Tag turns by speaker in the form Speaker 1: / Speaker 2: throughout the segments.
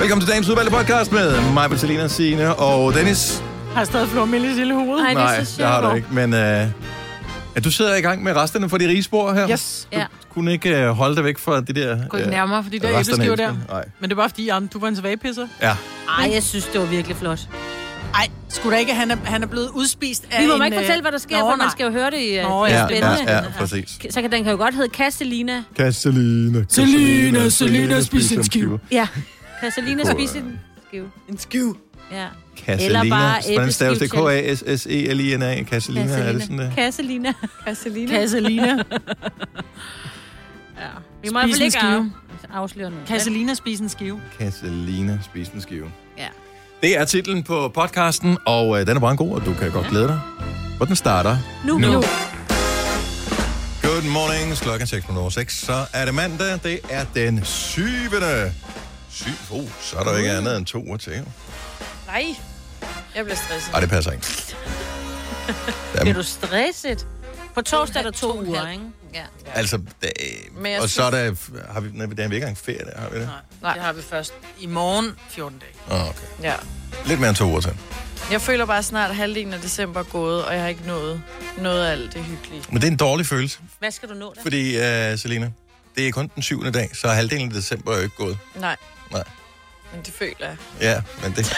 Speaker 1: Velkommen til dagens udvalgte podcast med mig, Bettelina, Signe og Dennis.
Speaker 2: Har jeg stadig flormelis i hele hovedet?
Speaker 3: Ej, det er
Speaker 1: Nej,
Speaker 3: så
Speaker 1: det har du
Speaker 3: sjovt.
Speaker 1: ikke, men øh, ja, du sidder i gang med resterne fra de rige spor her.
Speaker 2: Yes.
Speaker 1: Du
Speaker 3: Ja.
Speaker 1: kunne ikke øh, holde dig væk fra det der...
Speaker 2: Gå ikke
Speaker 1: øh,
Speaker 2: nærmere, fordi der er
Speaker 1: resterne
Speaker 2: æbleskiver
Speaker 1: af
Speaker 2: der.
Speaker 1: æblet. Nej.
Speaker 2: Men det er bare fordi, Jan, du var en svagepisser.
Speaker 1: Ja,
Speaker 3: Ej, jeg synes, det var virkelig flot.
Speaker 2: Nej, skulle da ikke, han er, han er blevet udspist af
Speaker 3: Vi må
Speaker 2: en,
Speaker 3: ikke
Speaker 2: øh,
Speaker 3: fortælle, hvad der sker,
Speaker 2: Nå, nej.
Speaker 3: for man skal jo høre det i
Speaker 2: Nå,
Speaker 3: Nå,
Speaker 2: ja.
Speaker 3: ja.
Speaker 1: ja,
Speaker 3: spændende.
Speaker 1: ja, ja, præcis.
Speaker 3: Så kan den kan jo godt hedde Kastelina.
Speaker 1: Kastelina.
Speaker 2: Selina, Selina, spis en skive.
Speaker 3: Ja. Kastelina
Speaker 1: Åh,
Speaker 3: spiser en skive.
Speaker 2: En skiv.
Speaker 3: Ja.
Speaker 1: Kastelina.
Speaker 3: Eller bare
Speaker 1: Hvordan staves det?
Speaker 3: æbleskive
Speaker 1: E K-A-S-S-E-L-I-N-A. Kastelina, er det sådan der?
Speaker 3: Kastelina.
Speaker 4: Kasselina.
Speaker 2: Kasselina.
Speaker 3: Ja. Vi må i hvert
Speaker 2: Spis
Speaker 3: fald
Speaker 2: en skive.
Speaker 3: ikke af- afsløre noget.
Speaker 2: Kasselina spiser en skive.
Speaker 1: øh? Kastelina, spis en skive.
Speaker 3: Ja.
Speaker 1: Det er titlen på podcasten, og øh, den er bare en god, og du kan godt glæde dig. Og den starter
Speaker 3: Nu.
Speaker 1: nu.
Speaker 3: nu.
Speaker 1: Good morning, klokken 6.06, så er det mandag, det er den 7. 7. Oh, så er der jo ikke andet end to uger til. jo.
Speaker 4: Nej. Jeg bliver stresset.
Speaker 1: Ej, det passer ikke.
Speaker 3: Bliver du stresset? På torsdag er der to uger, ikke?
Speaker 4: Ja.
Speaker 1: Altså, det,
Speaker 4: Men jeg
Speaker 1: og
Speaker 4: synes-
Speaker 1: så er der, har vi, nej, der er vi ikke engang ferie, der, har vi det?
Speaker 2: Nej, Nej, det har vi først i morgen 14 dage.
Speaker 1: Oh, okay.
Speaker 4: ja.
Speaker 1: Lidt mere end to uger til.
Speaker 4: Jeg føler bare snart halvdelen af december er gået, og jeg har ikke nået noget af alt det hyggelige.
Speaker 1: Men det er en dårlig følelse,
Speaker 3: Hvad skal du nå da?
Speaker 1: fordi, uh, Selina, det er kun den 7. dag, så halvdelen af december er jo ikke gået.
Speaker 4: Nej,
Speaker 1: Nej.
Speaker 4: men det føler jeg.
Speaker 1: Ja, men det,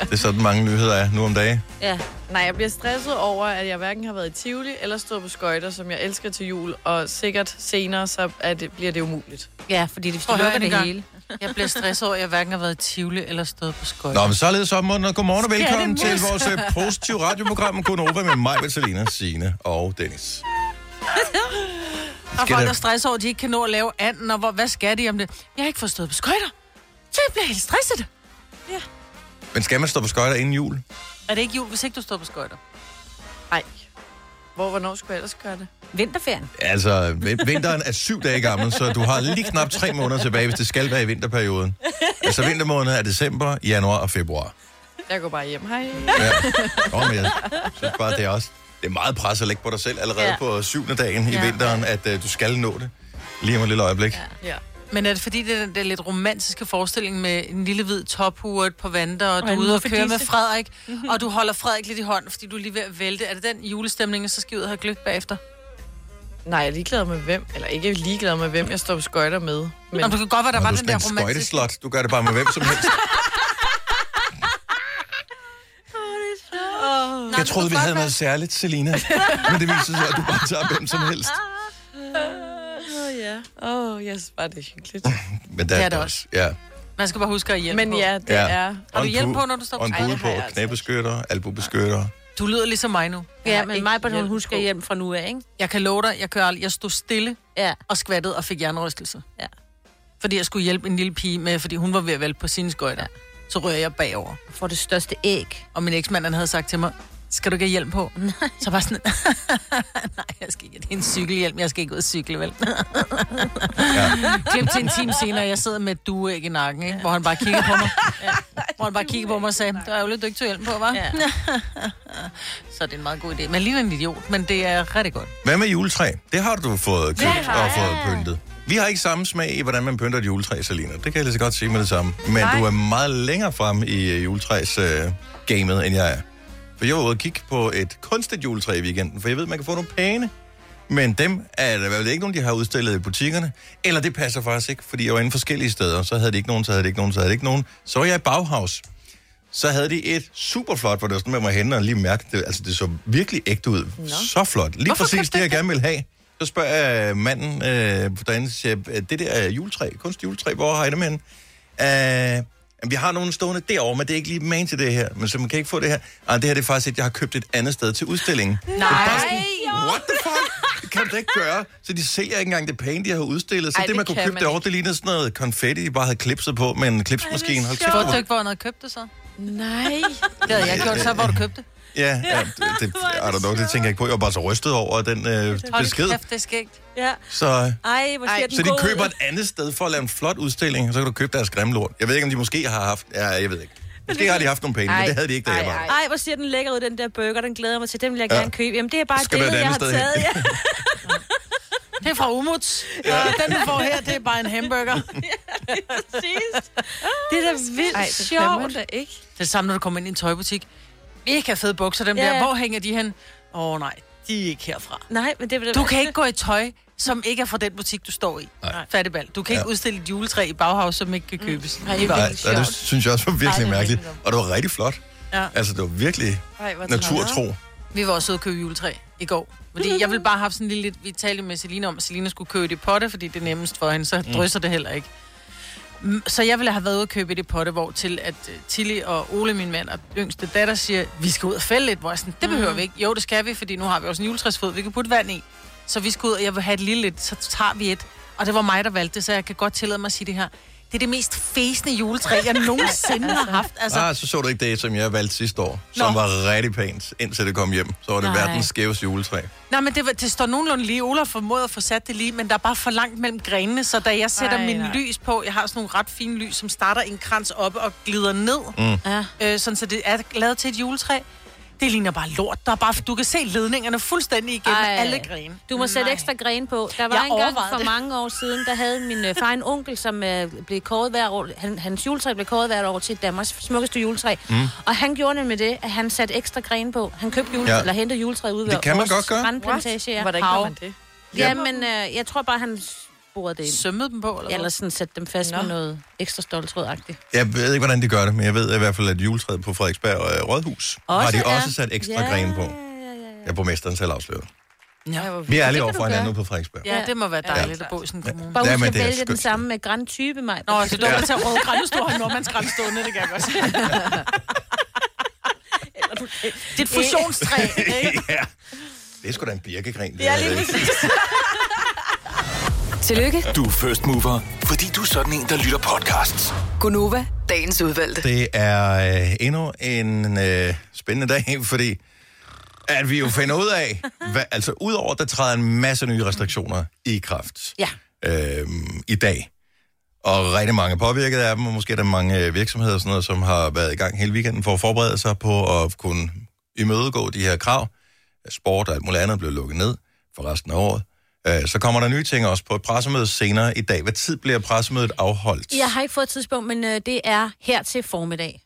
Speaker 1: det er sådan mange nyheder er nu om dagen.
Speaker 3: Ja.
Speaker 4: Nej, jeg bliver stresset over, at jeg hverken har været i Tivoli eller stået på skøjter, som jeg elsker til jul, og sikkert senere, så er det, bliver det umuligt.
Speaker 3: Ja, fordi det, hvis
Speaker 2: Prøv
Speaker 3: du
Speaker 2: at høre
Speaker 3: lukker
Speaker 2: en
Speaker 3: det
Speaker 2: gang.
Speaker 3: hele.
Speaker 2: Jeg bliver stresset over, at jeg hverken har været i Tivoli eller stået på skøjter.
Speaker 1: Nå, men således opmuntret. Godmorgen og velkommen
Speaker 2: Skattemus.
Speaker 1: til vores øh, positive radioprogram Gunova med mig, Vitalina, Signe og Dennis.
Speaker 2: Der er folk,
Speaker 1: det-
Speaker 2: der stresser over, at de ikke kan nå at lave anden, og hvor, hvad skal de om det? Jeg har ikke forstået på skøjter. Så jeg bliver helt stresset.
Speaker 1: Men skal man stå på skøjter inden jul?
Speaker 2: Er det ikke jul, hvis ikke du står på skøjter?
Speaker 4: Nej. Hvor, hvornår skulle jeg ellers gøre det?
Speaker 3: Vinterferien.
Speaker 1: Altså, vin- vinteren er syv dage gammel, så du har lige knap tre måneder tilbage, hvis det skal være i vinterperioden. Altså vintermåneden er december, januar og februar.
Speaker 4: Jeg går bare hjem. Hej.
Speaker 1: Ja. Nå, men jeg synes bare, det er også det er meget pres at lægge på dig selv allerede ja.
Speaker 3: Ja.
Speaker 1: på syvende dagen ja. i
Speaker 3: Ja.
Speaker 1: vinteren, at uh, du skal nå det. Lige om et lille øjeblik. Ja.
Speaker 4: Ja.
Speaker 2: Men er det fordi, det er den der lidt romantiske forestilling med en lille hvid tophurt på vanter, og du er
Speaker 3: en
Speaker 2: ude og
Speaker 3: muffedisse.
Speaker 2: køre med Frederik,
Speaker 4: Mhm.
Speaker 2: og du holder Frederik lidt i hånden, fordi du er lige ved at vælte. Er det den julestemning, og så skal I ud og have gløk bagefter?
Speaker 4: Nej, jeg er ligeglad med hvem, eller ikke ligeglad med hvem, jeg står på skøjter med. Men
Speaker 2: Men du kan godt
Speaker 1: Når
Speaker 2: være, der var
Speaker 1: du er
Speaker 2: den
Speaker 1: sådan
Speaker 2: der
Speaker 1: en
Speaker 2: romantiske...
Speaker 1: skøjteslot, du gør det bare med hvem som helst.
Speaker 2: Nej,
Speaker 1: Jeg
Speaker 2: det kunne
Speaker 1: troede, vi
Speaker 2: godt
Speaker 1: havde
Speaker 2: være-
Speaker 1: noget særligt, Selina. Men det viser sig, at du bare tager hvem som helst.
Speaker 2: Ah.
Speaker 4: Åh, oh, ja. Åh, oh, jeg synes bare, det er hyggeligt.
Speaker 1: Men der,
Speaker 2: Det er det også.
Speaker 1: Ja.
Speaker 2: Man skal bare huske at hjælpe
Speaker 4: Men
Speaker 2: på.
Speaker 4: ja, det ja. er...
Speaker 2: Har du
Speaker 1: Og en
Speaker 2: hjelm
Speaker 1: pu-
Speaker 2: på, når du står på
Speaker 1: Og en
Speaker 2: ski?
Speaker 1: pude
Speaker 4: Nej, det
Speaker 1: på,
Speaker 4: har jeg altså
Speaker 1: knæbeskytter, albubeskytter.
Speaker 2: Du lyder ligesom mig nu.
Speaker 3: Ja,
Speaker 4: har
Speaker 3: men
Speaker 4: ikke
Speaker 3: mig på hun
Speaker 4: hjelm
Speaker 3: husker
Speaker 4: på.
Speaker 3: hjem fra nu af, ikke?
Speaker 2: Jeg kan love dig, jeg, kører, ald- jeg stod stille
Speaker 3: Ja.
Speaker 2: og skvattede og fik jernrystelse.
Speaker 3: Ja.
Speaker 2: Fordi jeg skulle hjælpe en lille pige med, fordi hun var ved at vælte på sine skøjter. Ja. Så rører jeg bagover.
Speaker 3: Får det største æg.
Speaker 2: Og min eksmand, han havde sagt til mig, skal du ikke have hjelm på? Nej. Så bare sådan, nej, jeg skal ikke. Det er en cykelhjelm, jeg skal ikke ud og cykle, vel? ja. Klip til en time senere, jeg sidder med et dueæg i nakken, ikke? hvor han bare kigger på mig. Hvor han bare kigger på mig og sagde, det er ærgerligt, du ikke tog hjelm på, var? Ja.
Speaker 3: Ja.
Speaker 2: Så det er en meget god idé. Men lige en idiot, men det er rigtig godt.
Speaker 1: Hvad med juletræ? Det har du fået købt
Speaker 4: Det har
Speaker 1: og
Speaker 4: jeg.
Speaker 1: fået pyntet. Vi har ikke samme smag i, hvordan man pynter et juletræ, Selina. Det kan jeg lige så godt sige med det samme. Men Nej. du er meget længere frem i øh, juletræsgamet, øh, gamet, end jeg er. For jeg var ude og kigge på et kunstigt juletræ i weekenden, for jeg ved, man kan få nogle pæne. Men dem er der vel ikke nogen, de har udstillet i butikkerne. Eller det passer faktisk ikke, fordi jeg var inde forskellige steder. Så havde de ikke nogen, så havde de ikke nogen, så havde de ikke nogen. Så var jeg i Bauhaus. Så havde de et superflot, hvor det var sådan, man var henne og lige mærke det. Altså, det så virkelig ægte ud. Nå. Så flot. Lige Hvorfor præcis det, jeg gerne ville have. Så spørger jeg manden, øh, hvordan siger, jeg, det der er juletræ, kunstjuletræ, hvor har I dem henne? Øh, jamen, vi har nogle stående derovre, men det er ikke lige man til det her. Men så man kan ikke få det her. Ej, det her det er faktisk et, jeg har købt et andet sted til udstillingen.
Speaker 4: Nej,
Speaker 1: What the fuck? Det kan du da ikke gøre. Så de sælger ikke engang det pæne, de har udstillet. Så Ej,
Speaker 4: Ej,
Speaker 1: det,
Speaker 4: det
Speaker 1: man kunne
Speaker 4: kan
Speaker 1: købe
Speaker 4: man
Speaker 1: derovre, det lignede sådan noget konfetti, de bare havde klipset på med en klipsmaskine. Hold kæft,
Speaker 2: Hvor du
Speaker 1: hvor-
Speaker 2: ikke, hvor han havde købt det så?
Speaker 4: nej.
Speaker 2: Det havde jeg gjort, så hvor du købte det.
Speaker 1: Ja, ja det, det, I don't know, det tænker jeg ikke på. Jeg var bare så rystet over den øh,
Speaker 2: Hold
Speaker 1: besked.
Speaker 2: kæft, det er skægt.
Speaker 3: Ja.
Speaker 1: Så, øh,
Speaker 3: Ej, hvor
Speaker 4: Ej,
Speaker 3: ser den
Speaker 1: så de
Speaker 3: god ud.
Speaker 1: køber et andet sted for at lave en flot udstilling, og så kan du købe deres grimme lort. Jeg ved ikke, om de måske har haft... Ja, jeg ved ikke. Måske har de haft nogle penge, men det havde de ikke, da jeg var.
Speaker 3: Ej, hvor ser den lækker ud, den der burger. Den glæder jeg mig til. Den vil jeg gerne købe. Jamen, det er bare et
Speaker 1: Skal være
Speaker 3: billede,
Speaker 1: et
Speaker 3: jeg har
Speaker 1: andet
Speaker 3: taget.
Speaker 1: sted
Speaker 3: Ja.
Speaker 2: Det er fra Umuts. Ja. Den du får her, det er bare en hamburger.
Speaker 3: Præcis. Det er da vildt
Speaker 4: Ej, det kan man
Speaker 3: sjovt.
Speaker 4: da ikke.
Speaker 2: Det er det samme, når du kommer ind i en tøjbutik. Mega fede bukser, dem
Speaker 3: Ja.
Speaker 2: der. Hvor hænger de hen? Åh oh, nej, de er ikke herfra.
Speaker 3: Nej, men det vil da
Speaker 2: Du kan ikke gå i tøj, som ikke er fra den butik, du står i.
Speaker 1: Nej.
Speaker 2: Fattebal. Du kan ikke
Speaker 1: Ja.
Speaker 2: udstille et juletræ i baghaus, som ikke kan købes. Mm.
Speaker 3: det er
Speaker 1: Nej,
Speaker 3: vildt
Speaker 1: og det
Speaker 3: sjovt.
Speaker 1: synes jeg også var
Speaker 3: Ej, det
Speaker 1: virkelig
Speaker 3: er
Speaker 1: mærkeligt.
Speaker 3: virkelig dumt.
Speaker 1: Og det var rigtig flot.
Speaker 2: Ja.
Speaker 1: Altså, det var virkelig
Speaker 4: Ej, hvor
Speaker 1: naturtro.
Speaker 2: Vi var også ude og købe juletræ i går. Fordi jeg ville bare have haft sådan en lille... lidt- Vi talte jo med Selina om, at Selina skulle købe det i potte, fordi det er nemmest for hende, så drysser det heller ikke. Mm, Så jeg ville have været ude og købe det i potte, hvor til at øh, Tilly og Ole, min mand og yngste datter, siger, vi skal ud og fælde lidt, hvor jeg sådan, det behøver vi ikke. Jo, det skal vi, fordi nu har vi også en juletræsfod, vi kan putte vand i. Så vi skal ud, og jeg vil have et lille lidt, så tager vi et. Og det var mig, der valgte det, så jeg kan godt tillade mig at sige det her. Det er det mest fæsende juletræ, jeg nogensinde har haft. Altså,
Speaker 1: Ah, så så du ikke det, som jeg valgte sidste år, som
Speaker 2: Nå.
Speaker 1: var rigtig pænt, indtil det kom hjem. Så var det
Speaker 2: Nej.
Speaker 1: verdens skæveste juletræ.
Speaker 2: Nej, men det, var- det står nogenlunde lige. Ola formåede at få sat det lige, men der er bare for langt mellem grenene, så da jeg sætter
Speaker 3: Ej,
Speaker 2: Ej, min
Speaker 3: nej.
Speaker 2: lys på, jeg har sådan nogle ret fine lys, som starter i en krans op og glider ned, mm.
Speaker 3: Ja.
Speaker 2: øh, sådan så det er lavet til et juletræ. Det ligner bare lort. Der er bare, du kan se ledningerne fuldstændig igennem
Speaker 3: Ej.
Speaker 2: Ej. alle grene.
Speaker 3: Du må sætte
Speaker 2: Nej.
Speaker 3: ekstra gren på. Der var
Speaker 2: Jeg
Speaker 3: jeg engang
Speaker 2: overvejede
Speaker 3: for
Speaker 2: det.
Speaker 3: mange år siden, der havde min øh, far en onkel, som øh, blev kåret hver år. Han, hans juletræ blev kåret hvert år til Danmarks smukkeste juletræ. Mm. Og han gjorde nemlig det, at han satte ekstra gren på. Han købte jule,
Speaker 1: Ja.
Speaker 3: ja. eller hentede juletræ ud
Speaker 1: Det
Speaker 3: ved
Speaker 1: kan man
Speaker 3: vores
Speaker 1: godt gøre.
Speaker 3: strandplantage. Ja.
Speaker 4: Hvordan
Speaker 2: Hav.
Speaker 4: kan man det?
Speaker 3: Ja, men øh, jeg tror bare, han sporede det ind.
Speaker 2: Sømmede dem på, eller
Speaker 3: Eller
Speaker 2: Ellers.
Speaker 3: sådan sætte dem fast
Speaker 4: Nå.
Speaker 3: Nå. med noget ekstra stoltrådagtigt.
Speaker 1: Jeg ved ikke, hvordan de gør det, men jeg ved i hvert fald, at juletræet på Frederiksberg øh, Rådhus også, har de også sat ekstra
Speaker 3: ja,
Speaker 1: grene på.
Speaker 3: Ja, ja, ja.
Speaker 1: Ja, borgmesteren selv afsløret.
Speaker 4: Ej, hvor
Speaker 1: Vi
Speaker 4: vildt.
Speaker 1: er
Speaker 3: kan
Speaker 1: ærlige over
Speaker 3: du
Speaker 1: for hinanden
Speaker 3: gøre.
Speaker 1: nu på Frederiksberg. Ja.
Speaker 2: Ja, det må være
Speaker 4: Ja.
Speaker 2: dejligt
Speaker 4: Ja.
Speaker 2: at bo i sådan en kommune.
Speaker 3: Bare
Speaker 1: Ja,
Speaker 3: husk
Speaker 1: men
Speaker 3: at
Speaker 1: det er
Speaker 3: vælge den
Speaker 1: skønt.
Speaker 3: samme med græntype, mig.
Speaker 2: Nå, så du kan tage røde græn, hvis du har en nordmandsgræn stående, det kan jeg godt se. Dit
Speaker 3: Øh,
Speaker 2: fusionstræ, ikke?
Speaker 1: Det er sgu da en birkegren. Det,
Speaker 2: Ja,
Speaker 1: her,
Speaker 2: lige
Speaker 1: ikke?
Speaker 2: præcis.
Speaker 5: Tillykke,
Speaker 6: Du er first mover, fordi du er sådan en, der lytter podcasts.
Speaker 5: Gunova, dagens udvalgte.
Speaker 1: Det er øh, endnu en øh, spændende dag, fordi at vi jo finder ud af, hvad, altså udover, der træder en masse nye restriktioner i kraft
Speaker 3: Ja.
Speaker 1: øh, i dag. Og rigtig mange er påvirket af dem, og måske er der mange øh, virksomheder og sådan noget, som har været i gang hele weekenden for at forberede sig på at kunne imødegå de her krav. Sport og alt muligt andet blev lukket ned for resten af året. Øh, så kommer der nye ting også på et pressemøde senere i dag. Hvad tid bliver pressemødet afholdt?
Speaker 3: Jeg har ikke fået et tidspunkt, men øh, det er her til formiddag.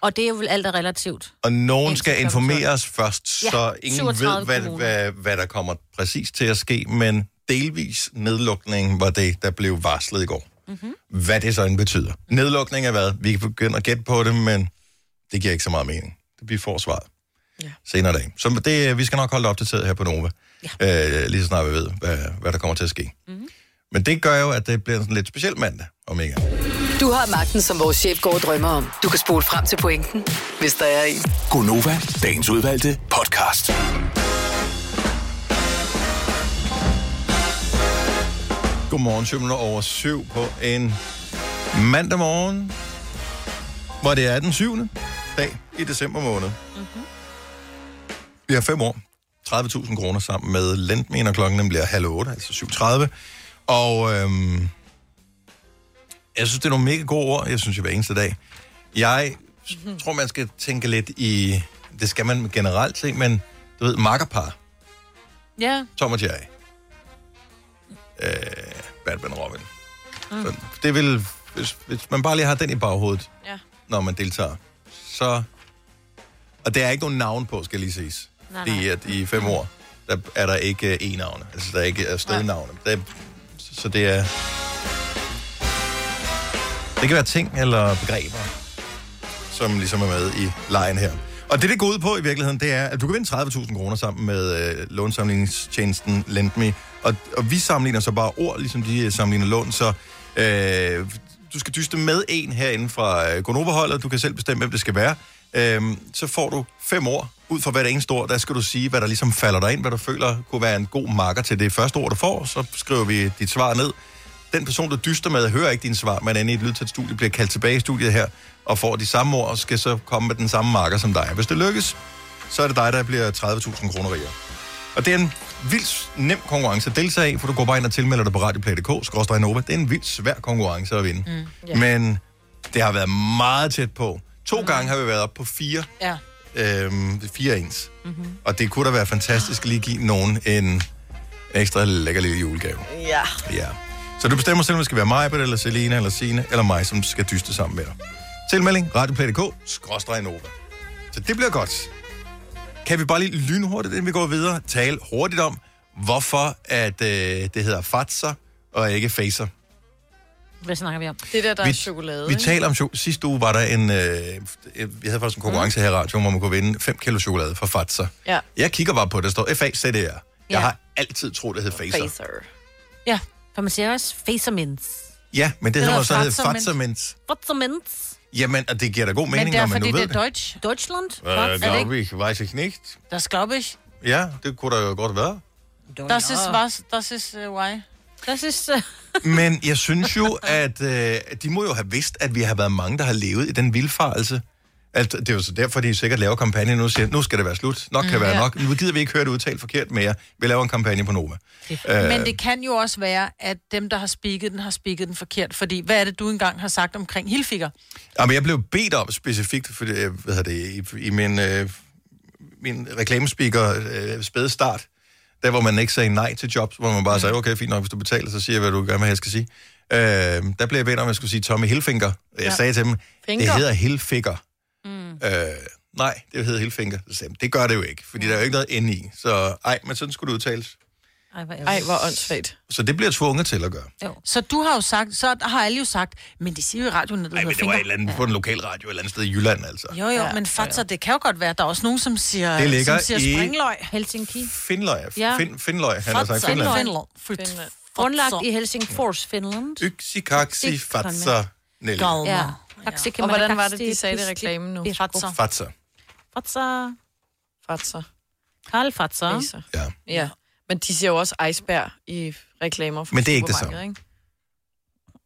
Speaker 3: Og det er jo vel alt er relativt.
Speaker 1: Og nogen
Speaker 3: Indtil
Speaker 1: skal
Speaker 3: klokken
Speaker 1: informere os først,
Speaker 3: Ja,
Speaker 1: så ingen ved,
Speaker 3: 37
Speaker 1: hvad,
Speaker 3: kommuner.
Speaker 1: hvad, hvad der kommer præcis til at ske, men delvis nedlukning var det, der blev varslet i går. Mm-hmm. Hvad det så end betyder. Nedlukning er hvad? Vi kan begynde at gætte på det, men det giver ikke så meget mening. Vi får svaret ja. senere i dag. Så det, vi skal nok holde det opdateret her på Nova, ja. øh, lige så snart vi ved, hvad, hvad der kommer til at ske. Mm-hmm. Men det gør jo, at det bliver en sådan lidt speciel mandag, om ikke andet.
Speaker 5: Du har magten, som vores chef går og drømmer om. Du kan spole frem til pointen, hvis der er en.
Speaker 6: Gonova, dagens udvalgte podcast.
Speaker 1: Godmorgen, 7 minutter over 7 på en mandag morgen, hvor det er den 7. dag i december måned. Mm-hmm. Vi har fem år. 30.000 kroner sammen med Lendmen, og klokken den bliver halv 8, altså 7.30. Og øhm, jeg synes, det er nogle mega gode ord. Jeg synes, jeg hver eneste dag. Jeg mm-hmm. tror, man skal tænke lidt i... Det skal man generelt se, men du ved, makkerpar.
Speaker 2: Ja,
Speaker 1: Tom og Jerry. Øh, Batman og Robin. Mm. Så det vil, hvis, hvis man bare lige har den i baghovedet,
Speaker 4: Ja.
Speaker 1: når man deltager, så... Og der er ikke nogen navn på, skal lige ses.
Speaker 3: Nej,
Speaker 1: Fordi at i fem år, der er der ikke øh, e-navne. Altså, der er ikke øh, stednavne. Der, så så det er... Det kan være ting eller begreber, som ligesom er med i lejen her. Og det, det går ud på i virkeligheden, det er, at du kan vinde 30.000 kroner sammen med øh, lånsamlingstjenesten Lendme. Og, og vi sammenligner så bare ord, ligesom de øh, sammenligner lån. Så øh, du skal dyste med en herinde fra øh, Gonova-holdet. Du kan selv bestemme, hvem det skal være. Øh, så får du fem ord ud fra hvert eneste ord. Der skal du sige, hvad der ligesom falder dig ind, hvad du føler kunne være en god marker til det første ord, du får. Så skriver vi dit svar ned den person, du dyster med, hører ikke dine svar, men er inde i et lydtæt studie, bliver kaldt tilbage i studiet her, og får de samme ord, og skal så komme med den samme marker som dig. Hvis det lykkes, så er det dig, der bliver 30.000 kroner rigere. Og det er en vildt nem konkurrence at deltage i, for du går bare ind og tilmelder dig på radioplay.dk, skråstrej Nova. Det er en vildt svær konkurrence at vinde. Mm. Yeah. Men det har været meget tæt på. To mm. gange har vi været oppe på fire,
Speaker 2: ja.
Speaker 1: øhm, fire ens. Mm-hmm. Og det kunne da være fantastisk at lige give nogen en ekstra lækker lille julegave.
Speaker 4: Ja.
Speaker 1: Ja. Så du bestemmer selv, om det skal være mig, eller Selina, eller Sine eller mig, som skal dyste sammen med dig. Tilmelding, radioplay.dk, skråstrej Nova. Så det bliver godt. Kan vi bare lige lynhurtigt, inden vi går videre, tale hurtigt om, hvorfor at, øh, det hedder fatser og ikke facer.
Speaker 3: Hvad snakker vi om?
Speaker 4: Det der, der
Speaker 1: Vi-
Speaker 4: er chokolade.
Speaker 1: Vi
Speaker 4: ikke?
Speaker 1: taler om chokolade. Sidste uge var der en... Øh, vi havde faktisk en konkurrence mm. her i radioen, hvor man kunne vinde 5 kilo chokolade fra Fatser.
Speaker 4: Ja.
Speaker 1: Jeg kigger bare på, at der står FAZR. Jeg
Speaker 3: Ja.
Speaker 1: har altid troet, det hed Facer.
Speaker 4: Facer.
Speaker 3: Ja, for man siger også facerminds.
Speaker 1: Ja, men det, det hedder
Speaker 2: hedder
Speaker 1: så hed
Speaker 2: Fatser, men-
Speaker 1: Fatser, men...
Speaker 3: Facerminds.
Speaker 1: Jamen, og det giver da god mening,
Speaker 2: Men det er
Speaker 1: når man
Speaker 2: fordi,
Speaker 1: nu ved
Speaker 2: det er
Speaker 1: det.
Speaker 2: Deutsch.
Speaker 3: Deutschland?
Speaker 1: Äh,
Speaker 2: Er det ikke-
Speaker 1: glaube ich, weiß ich nicht.
Speaker 2: Das glaube ich.
Speaker 1: Ja, det kunne der jo godt være.
Speaker 2: Das ist was, das ist uh, why.
Speaker 3: Das ist...
Speaker 2: øh,
Speaker 3: Uh...
Speaker 1: Men jeg synes jo, at øh, de må jo have vidst, at vi har været mange, der har levet i den vildfarelse. Alt, det er jo så derfor, de sikkert laver kampagne nu og siger, nu skal det være slut. Nok
Speaker 2: Mm,
Speaker 1: kan være nok. Nu gider vi ikke høre det udtalt forkert mere. Vi laver en kampagne på Nova. Øh.
Speaker 2: Men det kan jo også være, at dem, der har spiket den, har spiket den forkert. Fordi hvad er det, du engang har sagt omkring hilfiger?
Speaker 1: Jamen, Ah, jeg blev bedt om specifikt, for det, øh, hvad hedder det, i, i min, øh, min reklamespeaker øh, spæde start, der hvor man ikke sagde nej til jobs, hvor man bare sagde, okay, fint nok, hvis du betaler, så siger jeg, hvad du gerne vil have, jeg skal sige. Øh, der blev jeg bedt om, at jeg skulle sige Tommy Hilfinger. Jeg ja. sagde til dem, Finger. det
Speaker 4: Finger.
Speaker 1: hedder Hilfiger. Mm. Øh, nej, det hedder Hilfinger. Så sagde jeg, det gør det jo ikke, fordi der er jo ikke noget N i. Så ej, men sådan skulle det udtales.
Speaker 3: Ej, hvor
Speaker 4: Ej,
Speaker 3: ærgerligt.
Speaker 4: hvor åndssvagt.
Speaker 1: Så det bliver jeg tvunget til at gøre.
Speaker 2: Så du har jo sagt, så har alle jo sagt, men det siger jo i radioen, at du
Speaker 1: Ej, men
Speaker 2: hedder
Speaker 1: det var
Speaker 2: finger.
Speaker 1: et eller andet på en lokal radio et eller andet sted i Jylland, altså.
Speaker 2: Jo, jo, ja, men fatser, det kan jo godt være. Der er også nogen, som siger,
Speaker 1: Det ligger
Speaker 2: som siger
Speaker 1: i-
Speaker 2: springløg.
Speaker 3: Helsinki.
Speaker 1: Finløg,
Speaker 3: Ja.
Speaker 1: fin, Finløg, han har sagt
Speaker 2: Fatser.
Speaker 1: Finland.
Speaker 2: Finland. Finland.
Speaker 3: Grundlagt i Helsingfors, Finland.
Speaker 1: Yksikaksi fatser Nelly.
Speaker 3: Ja.
Speaker 2: Galmer.
Speaker 3: Taksik-
Speaker 4: Og hvordan var det, de sagde det i reklamen nu?
Speaker 2: Fatser.
Speaker 1: Fatser.
Speaker 3: Fatser.
Speaker 4: Fatser.
Speaker 3: Karl Fatser.
Speaker 4: Facer.
Speaker 1: Ja.
Speaker 4: Ja. Men de siger jo også iceberg i reklamer for
Speaker 1: Men det er ikke det
Speaker 4: supermarkeder, Ikke?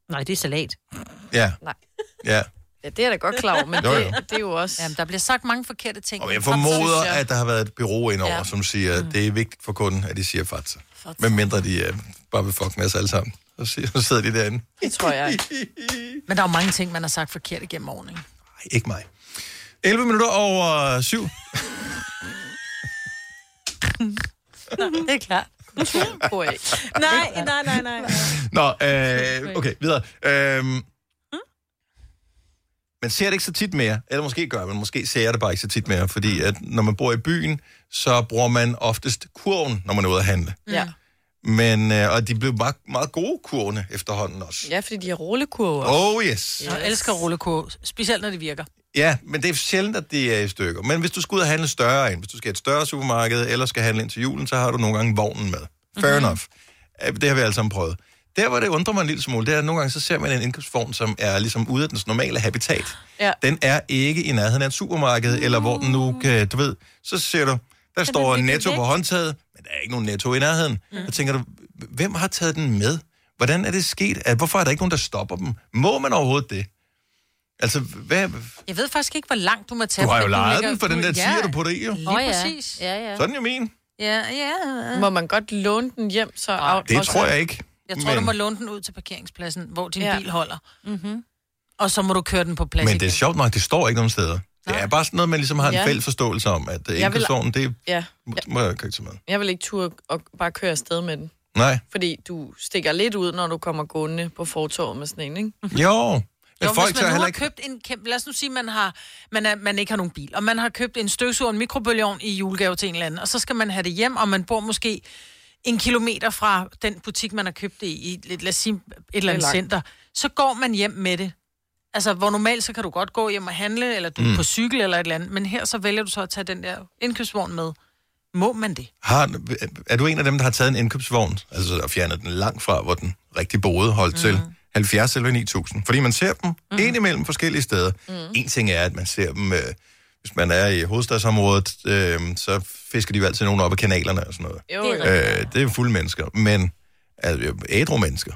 Speaker 3: Nej, det er salat.
Speaker 1: Ja.
Speaker 4: Nej.
Speaker 1: Ja.
Speaker 4: Ja, det er da godt klar over, men
Speaker 1: Jo, jo.
Speaker 4: det, det, er jo også...
Speaker 2: Jamen, der bliver sagt mange forkerte ting.
Speaker 1: Og jeg
Speaker 2: Fatser,
Speaker 1: formoder,
Speaker 2: synes jeg.
Speaker 1: at der har været et bureau indover, ja.
Speaker 4: Ja.
Speaker 1: som siger, at det er vigtigt for kunden, at de siger fatser. Men mindre de uh, bare vil fuck med os alle sammen. Så siger- så sidder de derinde.
Speaker 4: Det tror jeg ikke.
Speaker 2: Men der er jo mange ting, man har sagt forkert igennem årene. ikke?
Speaker 1: Nej, ikke mig. 11 minutter over 7.
Speaker 2: Det er klart.
Speaker 4: Tror jeg ikke.
Speaker 3: Nej, nej, nej, nej.
Speaker 1: Nå, øh, okay, videre. Øhm, man ser det ikke så tit mere, eller måske gør man, måske ser jeg det bare ikke så tit mere, fordi at når man bor i byen, så bruger man oftest kurven, når man er ude at handle.
Speaker 7: Mm.
Speaker 4: Ja.
Speaker 1: Men, øh, og de blev meget, meget gode kurvene efterhånden også.
Speaker 4: ja, fordi de har rullekurver.
Speaker 1: Oh yes.
Speaker 2: Jeg elsker rullekurve, specielt når det virker.
Speaker 1: Ja, men det er sjældent, at det er i stykker. Men hvis du skal ud og handle større ind, hvis du skal et større supermarked, eller skal handle ind til julen, så har du nogle gange vognen med. Fair mm-hmm. enough. Øh, Det har vi alle sammen prøvet. Der, hvor det undrer mig en lille smule, det er, at nogle gange så ser man en indkøbsform, som er ligesom ude af dens normale habitat.
Speaker 4: Ja.
Speaker 1: Den er ikke i nærheden af et supermarked, eller hvor den nu kan, du ved, Mm. så ser du, der står
Speaker 3: virkelig
Speaker 1: netto på
Speaker 3: væk.
Speaker 1: håndtaget, men der er ikke nogen netto i nærheden. Mm. Så tænker du, hvem har taget den med? Hvordan er det sket? At- Hvorfor er der ikke nogen, der stopper dem? Må man overhovedet det? Altså, hvad,
Speaker 2: Jeg ved faktisk ikke, hvor langt du må tage
Speaker 1: du har
Speaker 2: men
Speaker 1: jo lejet
Speaker 2: ligger-
Speaker 1: den, for den der tiger, du putter i, jo.
Speaker 2: Lige
Speaker 3: Åh,
Speaker 2: oh,
Speaker 3: ja.
Speaker 2: præcis. Ja,
Speaker 3: Ja, ja.
Speaker 1: Så er den jo min.
Speaker 2: ja. ja.
Speaker 4: Må man godt låne den hjem, så... Nej,
Speaker 1: Det tror jeg ikke.
Speaker 2: Jeg tror, men... du må låne den ud til parkeringspladsen, hvor din ja.
Speaker 4: Ja.
Speaker 2: bil holder. Mm-hmm. Og så må du køre den på plads
Speaker 1: Men det er
Speaker 2: igen.
Speaker 1: sjovt nok, det står ikke nogen steder. Det er bare sådan noget, man ligesom har en
Speaker 4: Ja.
Speaker 1: fælles forståelse om, at øh,
Speaker 4: Jeg vil-
Speaker 1: indkøbsvognen, det
Speaker 4: Ja,
Speaker 1: må jeg ikke tage med.
Speaker 4: jeg vil ikke turde og bare køre afsted med den.
Speaker 1: Nej,
Speaker 4: Fordi du stikker lidt ud, når du kommer gående på fortorvet med sådan en, ikke?
Speaker 1: jo. Men
Speaker 2: Jo,
Speaker 1: folk
Speaker 2: hvis
Speaker 1: tager
Speaker 2: man nu
Speaker 1: heller
Speaker 2: har
Speaker 1: ikke...
Speaker 2: købt en kæmpe... Lad os nu sige, man har, man, er, man ikke har nogen bil, og man har købt en støvsuger og en mikrobølgeovn i julegave til en eller anden, og så skal man have det hjem, og man bor måske en kilometer fra den butik, man har købt det i, i et- lad os sige, et eller andet
Speaker 4: langt.
Speaker 2: center, så går man hjem med det. Altså, hvor normalt så kan du godt gå hjem og handle, eller du mm. er på cykel eller et eller andet, men her så vælger du så at tage den der indkøbsvogn med. Må man det?
Speaker 1: Har, er du en af dem, der har taget en indkøbsvogn, altså og fjernet den langt fra, hvor den rigtig boede holdt til?
Speaker 4: Mhm.
Speaker 1: 70 eller 9000. Fordi man ser dem mm. ind imellem forskellige steder. Mm.
Speaker 4: Mhm.
Speaker 1: En ting er, at man ser dem, øh, hvis man er i hovedstadsområdet, øh, så fisker de jo altid nogen op af kanalerne og sådan noget.
Speaker 4: Jo,
Speaker 3: Det er
Speaker 4: jo.
Speaker 1: Øh, det er fulde mennesker, men altså, ædru mennesker.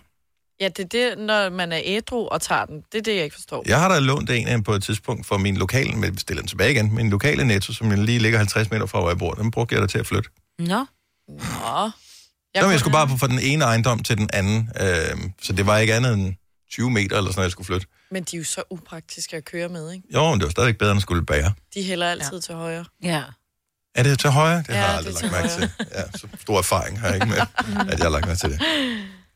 Speaker 4: Ja, det er det, når man er ædru og tager den. Det er det, jeg ikke forstår.
Speaker 1: Jeg har da lånt en af dem på et tidspunkt for min lokale, men vi stiller den tilbage igen, min lokale netto, som jeg lige ligger 50 meter fra, hvor jeg bor. Den brugte jeg da til at flytte.
Speaker 3: Nå.
Speaker 4: Nå.
Speaker 1: Jeg, Nå, men
Speaker 4: kunne-
Speaker 1: jeg skulle bare fra den ene ejendom til den anden, øh, så det var ikke andet end 20 meter eller sådan noget, jeg skulle flytte.
Speaker 4: Men de er jo så upraktiske at køre med, ikke?
Speaker 1: Jo, men det var stadigvæk bedre, end at skulle bære.
Speaker 4: De hælder altid ja. til højre.
Speaker 3: Ja.
Speaker 1: Er det til højre? Det
Speaker 4: Ja,
Speaker 1: har jeg
Speaker 4: det
Speaker 1: aldrig
Speaker 4: er
Speaker 1: lagt
Speaker 4: til
Speaker 1: mærke til. Ja, så stor erfaring har jeg ikke med, at jeg har lagt mærke til det.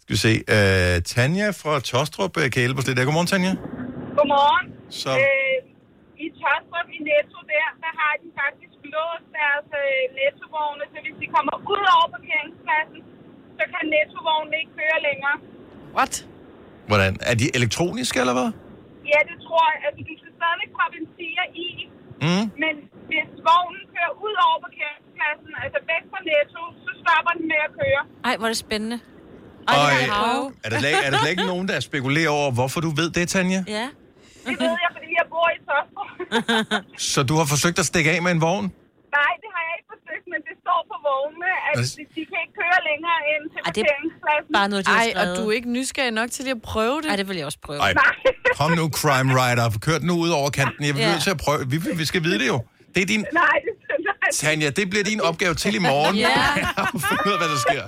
Speaker 1: Skal vi se. Øh, Tanja fra Tostrup øh, kan hjælpe os lidt. der. Godmorgen, Tanja.
Speaker 8: Godmorgen.
Speaker 1: Så,
Speaker 8: Øh, I Tostrup i Netto der, der har de faktisk låst deres øh, nettovogne, så hvis de kommer ud over parkeringspladsen, så kan nettovognen ikke køre længere.
Speaker 4: What?
Speaker 1: hvordan? Er de elektroniske, eller hvad?
Speaker 8: Ja, det tror jeg. Altså, du skal stadigvæk proppe en stiger i,
Speaker 1: Mm.
Speaker 8: men hvis vognen kører ud over parkeringspladsen, altså væk fra Netto, så stopper den med at køre.
Speaker 3: Ej, hvor er det spændende.
Speaker 1: Og,
Speaker 3: Ej,
Speaker 1: øh,
Speaker 3: hav.
Speaker 1: er, der slet, er der slet ikke nogen, der spekulerer over, hvorfor du ved det, Tanja?
Speaker 3: Ja.
Speaker 8: Det ved jeg, fordi jeg bor i Tostrup.
Speaker 1: Så du har forsøgt at stikke af med en vogn?
Speaker 8: Nej, det har jeg ikke forsøgt, men det står på vognene, at
Speaker 1: Altså-
Speaker 8: de, de kan ikke køre længere end til
Speaker 3: Ej, det er
Speaker 8: parkeringspladsen.
Speaker 3: Bare noget, de har
Speaker 4: Ej, og du er
Speaker 3: ikke...
Speaker 4: ikke nysgerrig nok til lige at prøve det.
Speaker 3: Ej, det vil jeg også prøve.
Speaker 1: Ej,
Speaker 8: Nej.
Speaker 1: kom nu, Crime Rider. Kør den nu ud over kanten. Jeg bliver
Speaker 3: Ja.
Speaker 1: nødt til at prøve. Vi, vi skal vide det jo. Det er din...
Speaker 8: Nej, det nej.
Speaker 1: Tanja, det bliver din opgave til i morgen.
Speaker 3: Ja.
Speaker 1: At finde ud af, hvad der sker.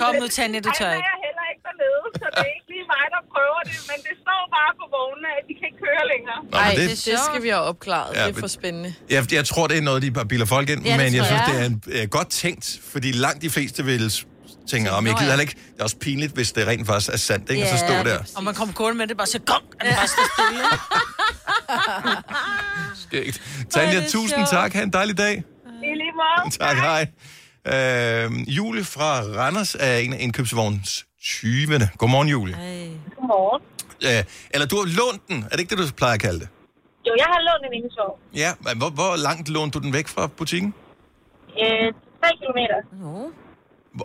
Speaker 2: Kom nu, Tanja, du
Speaker 8: Ej,
Speaker 2: tør
Speaker 8: der
Speaker 2: ikke.
Speaker 8: er jeg heller ikke dernede, så det er ikke lige mig, der prøver det. Men det står bare på vognene, at de kan ikke køre længere.
Speaker 1: Nå, men
Speaker 4: det, det skal vi have opklaret.
Speaker 1: Ja,
Speaker 4: Ja, det er
Speaker 1: men-
Speaker 4: for spændende.
Speaker 1: Jeg, jeg tror, det er noget, de bare bilder folk ind,
Speaker 3: Ja,
Speaker 1: ja,
Speaker 3: det
Speaker 1: men jeg
Speaker 3: tror
Speaker 1: synes,
Speaker 3: jeg.
Speaker 1: det er en, øh, godt tænkt, fordi langt de fleste vil s- tænke, om jeg
Speaker 3: Nå,
Speaker 1: gider
Speaker 3: ja.
Speaker 1: heller ikke. Det er også pinligt, hvis det rent faktisk er sandt, ikke? og så
Speaker 3: Ja,
Speaker 1: stå
Speaker 3: det
Speaker 1: der.
Speaker 2: Og man kommer gående med det, bare så gong, og den bare står stille.
Speaker 1: Skægt. Tanja, tusind
Speaker 3: sjovt.
Speaker 1: tak. Ha' en dejlig dag.
Speaker 8: I lige måde.
Speaker 1: Tak, hej. Øh, Julie fra Randers er en af indkøbsvognens 20. Godmorgen, Julie.
Speaker 8: Godmorgen.
Speaker 1: Øh, eller du har lånt den. Er det ikke det, du plejer at kalde det?
Speaker 8: Jo, jeg har lånt en indtog.
Speaker 1: Ja, men hvor, hvor langt lånte du den væk fra butikken?
Speaker 8: Øh, 3 kilometer.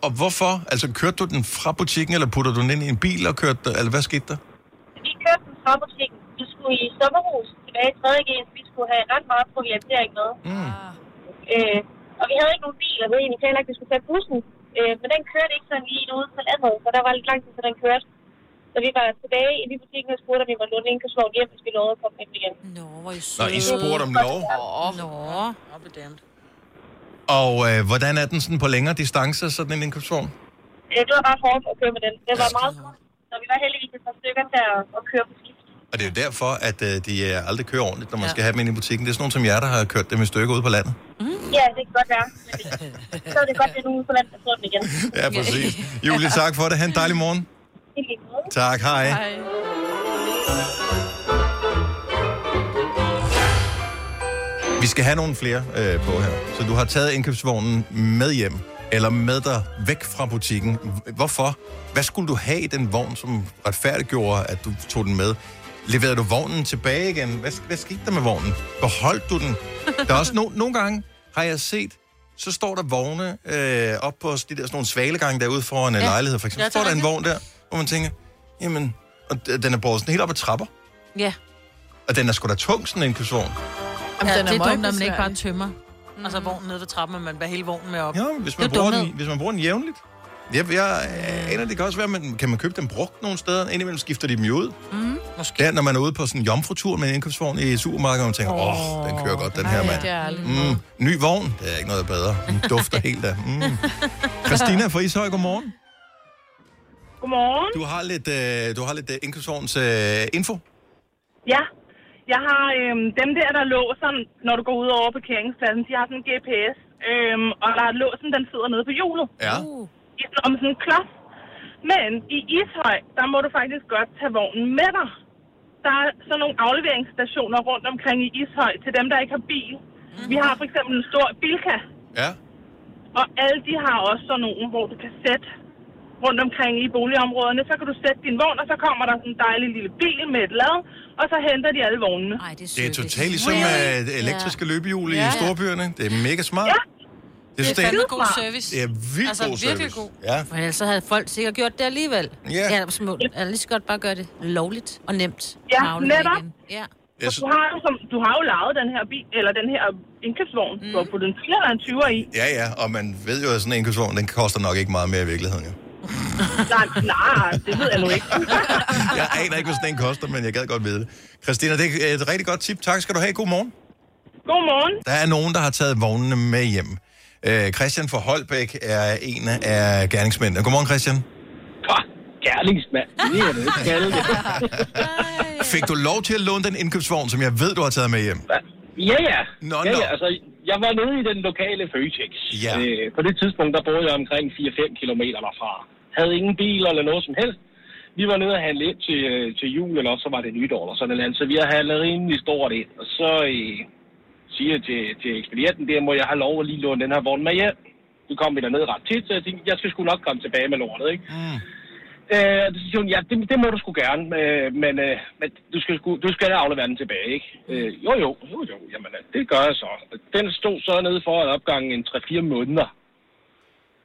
Speaker 1: Og hvorfor? Altså, kørte du den fra butikken, eller puttede du den ind i en bil og kørte den- Eller hvad skete der?
Speaker 8: Vi kørte den fra butikken. Vi skulle i sommerhus tilbage i 3. G, så vi skulle have ret meget proviantering med.
Speaker 1: Mm.
Speaker 8: Øh, og vi havde ikke nogen bil, og vi havde egentlig heller ikke, vi skulle tage bussen. Øh, men den kørte ikke sådan lige ude på landet, så der var lidt lang tid, så den kørte. Så vi var tilbage i de butikken og spurgte, om vi måtte låne en kassevogn hjem, hvis vi lovede at komme hjem igen.
Speaker 3: Nå, hvor er I
Speaker 1: Nå,
Speaker 3: søde.
Speaker 1: I spurgte om lov.
Speaker 4: Åh,
Speaker 3: Nå.
Speaker 2: Op i den.
Speaker 1: Og øh, hvordan er den sådan på længere distancer, sådan en indkøbsvogn?
Speaker 8: Øh, det var bare hårdt at køre med den. Den var meget kort, så vi var heldigvis et par stykker der og køre på skift.
Speaker 1: Og det er jo derfor, at øh, de øh, aldrig kører ordentligt, når man ja. skal have dem ind i butikken. Det er sådan nogle som jer, der har kørt dem i stykker ude på landet.
Speaker 8: Ja, det kan godt være. Men det- så er det godt, at det er nogen på landet, der får den igen.
Speaker 1: Ja, præcis. Julie, tak for det. Ha' en dejlig morgen.
Speaker 8: Det er lige måde.
Speaker 1: Tak, hej. hej.
Speaker 4: ej.
Speaker 1: Vi skal have nogle flere øh, på her. Så du har taget indkøbsvognen med hjem, eller med dig væk fra butikken. H- Hvorfor? Hvad skulle du have i den vogn, som retfærdiggjorde, at du tog den med? Leverede du vognen tilbage igen? Hvad, hvad skete der med vognen? Beholdt du den? Der er også no, nogle gange, har jeg set, så står der vogne øh, op på de der, sådan nogle svalegange derude foran ja. lejligheder, for eksempel.
Speaker 2: Ja,
Speaker 1: Ja,
Speaker 2: det
Speaker 1: står der
Speaker 2: er
Speaker 1: en
Speaker 2: rigtigt.
Speaker 1: vogn der, hvor man tænker, jamen, og d- den er båret sådan helt op ad trapper.
Speaker 2: Ja.
Speaker 1: Og den er sgu da tung, sådan en indkøbsvogn.
Speaker 4: Jamen,
Speaker 2: Ja,
Speaker 4: den er
Speaker 2: det er dumt, når man
Speaker 4: møgbesværlig.
Speaker 2: ikke bare tømmer. Og så vognen nede ved trappen, og man bærer hele vognen med op.
Speaker 1: Ja, men hvis
Speaker 2: Det
Speaker 1: man,
Speaker 2: er
Speaker 1: bruger
Speaker 2: dumhed.
Speaker 1: den, hvis man bruger den jævnligt. Jeg, jeg aner, det kan også være, man kan man købe dem brugt nogle steder. Indimellem skifter de dem jo ud.
Speaker 2: Mm. Måske.
Speaker 1: Der, når man er ude på sådan en jomfrutur med en indkøbsvogn i supermarkedet, og man tænker, åh, oh, den kører godt, den her mand.
Speaker 4: Det er aldrig.
Speaker 1: Mm, ny vogn, det er ikke noget bedre. Den dufter helt af. Mm. Christina fra Ishøj, godmorgen.
Speaker 8: Godmorgen.
Speaker 1: Du har lidt, øh, du har lidt øh, indkøbsvogns øh, info.
Speaker 8: Ja, jeg har øhm, dem der, der låser, når du går ud over parkeringspladsen, de har sådan en GPS, øhm, og der er låsen, den sidder nede på hjulet,
Speaker 1: Ja.
Speaker 8: i sådan, om sådan en klods. Men i Ishøj, der må du faktisk godt tage vognen med dig. Der er sådan nogle afleveringsstationer rundt omkring i Ishøj til dem, der ikke har bil.
Speaker 3: Mhm.
Speaker 8: Vi har for eksempel en stor Bilka,
Speaker 1: Ja.
Speaker 8: og alle de har også sådan nogle, hvor du kan sætte rundt omkring i boligområderne. Så kan du sætte din vogn, og så kommer der sådan en dejlig lille bil med et lad, og så henter de alle vognene.
Speaker 3: Ej, det er
Speaker 1: Det er
Speaker 3: sødt.
Speaker 1: totalt ligesom øh, elektriske løbehjul i
Speaker 4: Ja.
Speaker 1: storbyerne. Det er mega smart.
Speaker 8: Ja.
Speaker 1: Det, synes,
Speaker 2: Det er fandme god
Speaker 8: Skidesmart.
Speaker 2: service.
Speaker 1: det er vildt
Speaker 2: Altså,
Speaker 1: god service.
Speaker 2: virkelig god.
Speaker 1: Ja.
Speaker 3: Men ellers så havde folk sikkert gjort det alligevel.
Speaker 1: Ja.
Speaker 3: Ja, så må, ja lige så godt bare gøre det lovligt og nemt.
Speaker 8: Ja,
Speaker 3: Navnet igen.
Speaker 8: netop.
Speaker 1: Mm.
Speaker 3: Ja.
Speaker 1: Jeg
Speaker 8: Du
Speaker 1: synes,
Speaker 8: har, jo som, du har jo lejet den her bil, eller den her indkøbsvogn, mm. du har puttet en 4 eller en 20'er i.
Speaker 1: Ja, ja, og man ved jo, at sådan en indkøbsvogn, den koster nok ikke meget mere i virkeligheden, jo.
Speaker 8: Nej, nej, det ved jeg nu ikke.
Speaker 1: Jeg aner ikke, hvad sådan en koster, men jeg gad godt vide det. Christina, det er et rigtig godt tip. Tak skal du have. God morgen.
Speaker 8: Godmorgen.
Speaker 1: Der er nogen, der har taget vognene med hjem. Øh, Christian fra Holbæk er en af gerningsmændene. Godmorgen, Christian.
Speaker 9: Ah, Gerningsmand. Det er det ikke kalde det.
Speaker 1: Fik du lov til at låne den indkøbsvogn, som jeg ved, du har taget med hjem?
Speaker 9: Ja, ja.
Speaker 1: Nå,
Speaker 9: ja,
Speaker 1: nå.
Speaker 9: ja. Altså, jeg var nede i den lokale Føtex.
Speaker 1: Ja.
Speaker 9: Øh, på det tidspunkt, der boede jeg omkring 4-5 km derfra. havde ingen bil eller noget som helst. Vi var nede og handle ind til, øh, til jul, eller også så var det nytår eller sådan noget. Så vi havde handlet rimelig stort ind. Og så øh, siger jeg til, til ekspedienten, der må jeg have lov at lige låne den her vogn med hjem. Nu kom vi derned ret tit, så jeg tænkte, jeg skal sgu nok komme tilbage med lortet, ikke?
Speaker 1: Mm.
Speaker 9: Øh, så siger hun, ja, det, det må du sgu gerne, øh, men, øh, men du, skal, sgu- du skal aflevere den tilbage, ikke? Øh, jo, jo, jo, jo, jamen øh, det gør jeg så. Den stod så nede foran opgangen en 3-4 måneder.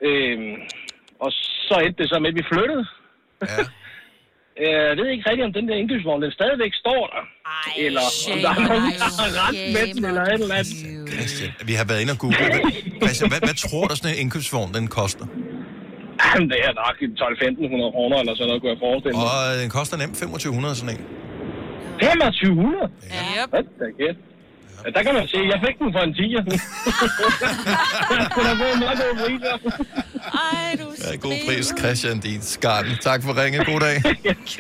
Speaker 9: Øh, og så endte det så med, at vi flyttede.
Speaker 1: Ja.
Speaker 9: Øh, Jeg ved ikke rigtigt, om den der indkøbsvogn, den stadigvæk står der. Ej, eller om der er nogen, der har ret med den, eller et eller andet.
Speaker 1: Christian, vi har været inde og google. Hvad- Christian, hvad, hvad tror du, sådan en indkøbsvogn, den koster?
Speaker 9: Jamen, det er nok 12-1500 kroner, eller sådan noget, kunne jeg forestille mig.
Speaker 1: Og øh, den koster nemt 2500 sådan en.
Speaker 9: 2500?
Speaker 4: Ja. Yep.
Speaker 9: Hvad da kæft? Ja, der kan man se, jeg fik den for en 10'er. jeg skulle have fået meget gode priser.
Speaker 4: Ej, du
Speaker 1: Ja, god pris, Christian, din skarn. Tak for ringen. God dag.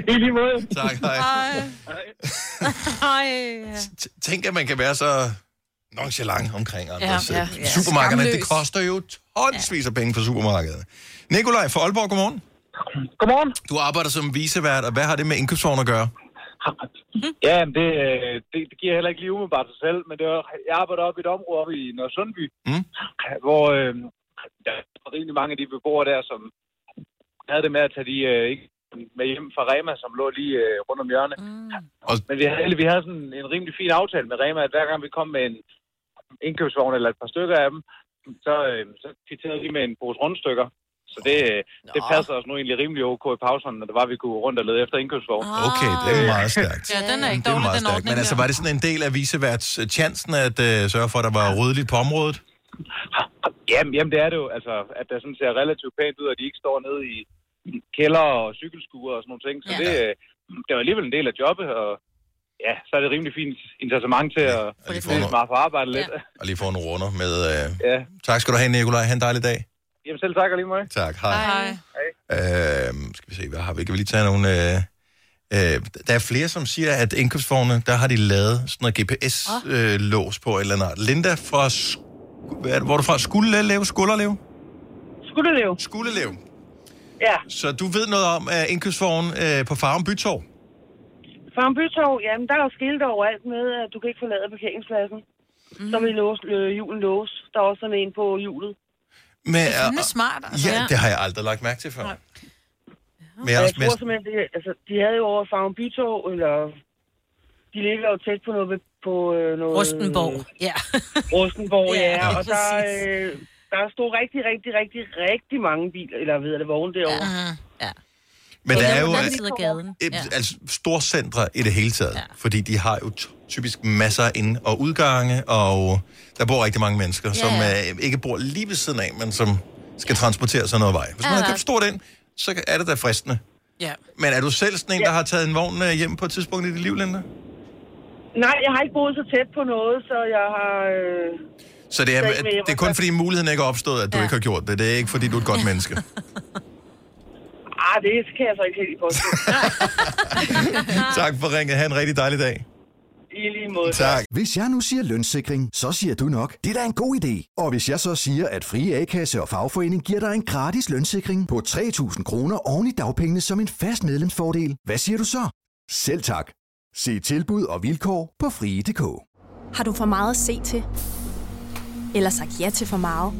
Speaker 9: I lige måde.
Speaker 1: Tak, hej.
Speaker 4: Ej.
Speaker 1: T- Tænk, at man kan være så nonchalant omkring andres.
Speaker 2: Ja,
Speaker 1: Ja,
Speaker 2: ja,
Speaker 1: ja,
Speaker 2: ja.
Speaker 1: Supermarkederne, det
Speaker 4: Skamløs.
Speaker 1: koster jo tonsvis af penge for supermarkedet. Nikolaj fra Aalborg, godmorgen.
Speaker 9: Godmorgen.
Speaker 1: Du arbejder som visevært, og hvad har det med indkøbsvogn at gøre?
Speaker 10: Ja, men det, øh, det, det giver heller ikke lige umiddelbart sig selv, men det var, jeg arbejder op i et område oppe i Nørresundby,
Speaker 1: Mm.
Speaker 10: hvor øh, der er rimelig mange af de beboere der, som havde det med at tage de øh, ikke med hjem fra Rema, som lå lige øh, rundt om hjørnet. Mm.
Speaker 1: Og-
Speaker 10: Men vi havde, vi havde sådan en rimelig fin aftale med Rema, at hver gang vi kom med en indkøbsvogn eller et par stykker af dem, så, øh, så kvitterede de med en pose rundstykker. Så det, øh, det passer os nu egentlig rimelig ok i pauserne, når det var, vi kunne rundt og lede efter indkøbsvogn.
Speaker 1: Okay, det er meget stærkt.
Speaker 2: Ah. Ja, den er ikke
Speaker 1: Det er
Speaker 2: dårlig,
Speaker 1: meget
Speaker 2: den
Speaker 1: stærkt.
Speaker 2: ordning.
Speaker 1: Men altså, var det sådan en del af viseværts øh, chancen at øh, sørge for, at der var ryddeligt på området?
Speaker 10: Jamen, jamen, det er det jo. Altså, at der sådan ser relativt pænt ud, og de ikke står nede i kælder og cykelskuer og sådan nogle ting. Så
Speaker 2: Ja.
Speaker 10: ja. det, øh, det var alligevel en del af jobbet, og ja, så er det rimelig fint incitament til at
Speaker 1: Og lige få
Speaker 10: blive
Speaker 1: nogle,
Speaker 10: smart for arbejde lidt. Ja.
Speaker 1: og lige få nogle runder med... Øh...
Speaker 10: ja.
Speaker 1: Tak skal du have, Nikolaj. Ha' en dejlig dag.
Speaker 10: Jamen, selv tak og lige meget.
Speaker 1: Tak, hej.
Speaker 2: Hej.
Speaker 1: Øh, skal vi se, hvad har vi? Kan vi lige tage nogle... Øh, øh, der er flere, som siger, at indkøbsvogne, der har de lavet sådan noget GPS-lås øh, på et eller andet. art. Linda fra... Sk- hvad er det, hvor er du fra? Skuldelev? Skulderlev?
Speaker 8: Skulle det leve?
Speaker 1: Skuldelev.
Speaker 8: Ja.
Speaker 1: Så du ved noget om uh, indkøbsvogne uh, på Farum Bytorv?
Speaker 8: For en bytog, jamen der er jo skilte overalt med, at du kan ikke forlade parkeringspladsen. Mm. Så vil låse, øh, julen låse. Der er også sådan en på hjulet.
Speaker 1: Men,
Speaker 2: Det er fandme smart, altså.
Speaker 1: øh, Ja, det har jeg aldrig lagt mærke til før. Men jeg er
Speaker 8: Jeg
Speaker 1: også
Speaker 8: tror
Speaker 1: mest...
Speaker 8: simpelthen, det, altså, de havde jo over Farm Bytog, eller de ligger jo tæt på noget ved- på øh, noget...
Speaker 2: Rustenborg. Ja.
Speaker 8: Rosenborg, ja.
Speaker 2: Ja,
Speaker 8: ja og der,
Speaker 2: præcis.
Speaker 8: øh, der stod rigtig, rigtig, rigtig, rigtig mange biler, eller hvad hedder det, vogne derovre. Ja.
Speaker 1: Men der er jo...
Speaker 3: Den
Speaker 1: øh,
Speaker 3: anden side af gaden.
Speaker 1: Et, ja. Altså storcentre i det hele taget. Ja. Fordi de har jo ty- typisk masser af ind- og udgange, og der bor rigtig mange mennesker, ja. som
Speaker 2: ja.
Speaker 1: øh, ikke bor lige ved siden af, men som skal transportere sig noget vej. Hvis man har købt stort ind, så er det da fristende.
Speaker 2: ja.
Speaker 1: Men er du selv sådan en, der har taget en vogn øh, hjem på et tidspunkt i dit liv, Linda?
Speaker 8: Nej, jeg har ikke boet så tæt på noget, så jeg har... Øh,
Speaker 1: Så det er,
Speaker 8: Jeg er ikke med hjem,
Speaker 1: det er kun
Speaker 8: altså.
Speaker 1: fordi muligheden ikke er opstået, at du ja. ikke har gjort det. Det er ikke fordi, du er et godt menneske.
Speaker 8: ah, det kan jeg så ikke helt påstå.
Speaker 1: tak for ringet. Ha' en rigtig dejlig dag.
Speaker 8: I lige måde.
Speaker 1: Tak.
Speaker 11: Hvis jeg nu siger lønssikring, så siger du nok, det er da en god idé. Og hvis jeg så siger, at Frie A-kasse og fagforening giver dig en gratis lønssikring på 3.000 kroner oven i dagpengene som en fast medlemsfordel, hvad siger du så? Selv tak. Se tilbud og vilkår på frie.dk.
Speaker 12: Har du for meget at se til? Eller sagt ja til for meget?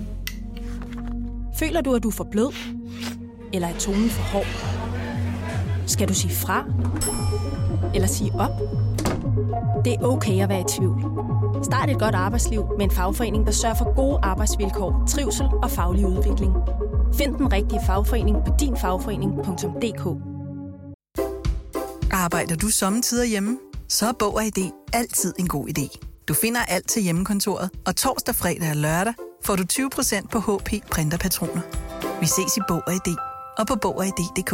Speaker 12: Føler du, at du er for blød? Eller er tonen for hård? Skal du sige fra? Eller sige op? Det er okay at være i tvivl. Start et godt arbejdsliv med en fagforening, der sørger for gode arbejdsvilkår, trivsel og faglig udvikling. Find den rigtige fagforening på dinfagforening.dk.
Speaker 5: Arbejder du sommetider hjemme? Så er Bog og ID altid en god idé. Du finder alt til hjemmekontoret, og torsdag, fredag og lørdag får du 20% på HP Printerpatroner. Vi ses i Bog og ID og på Bog og ID.dk.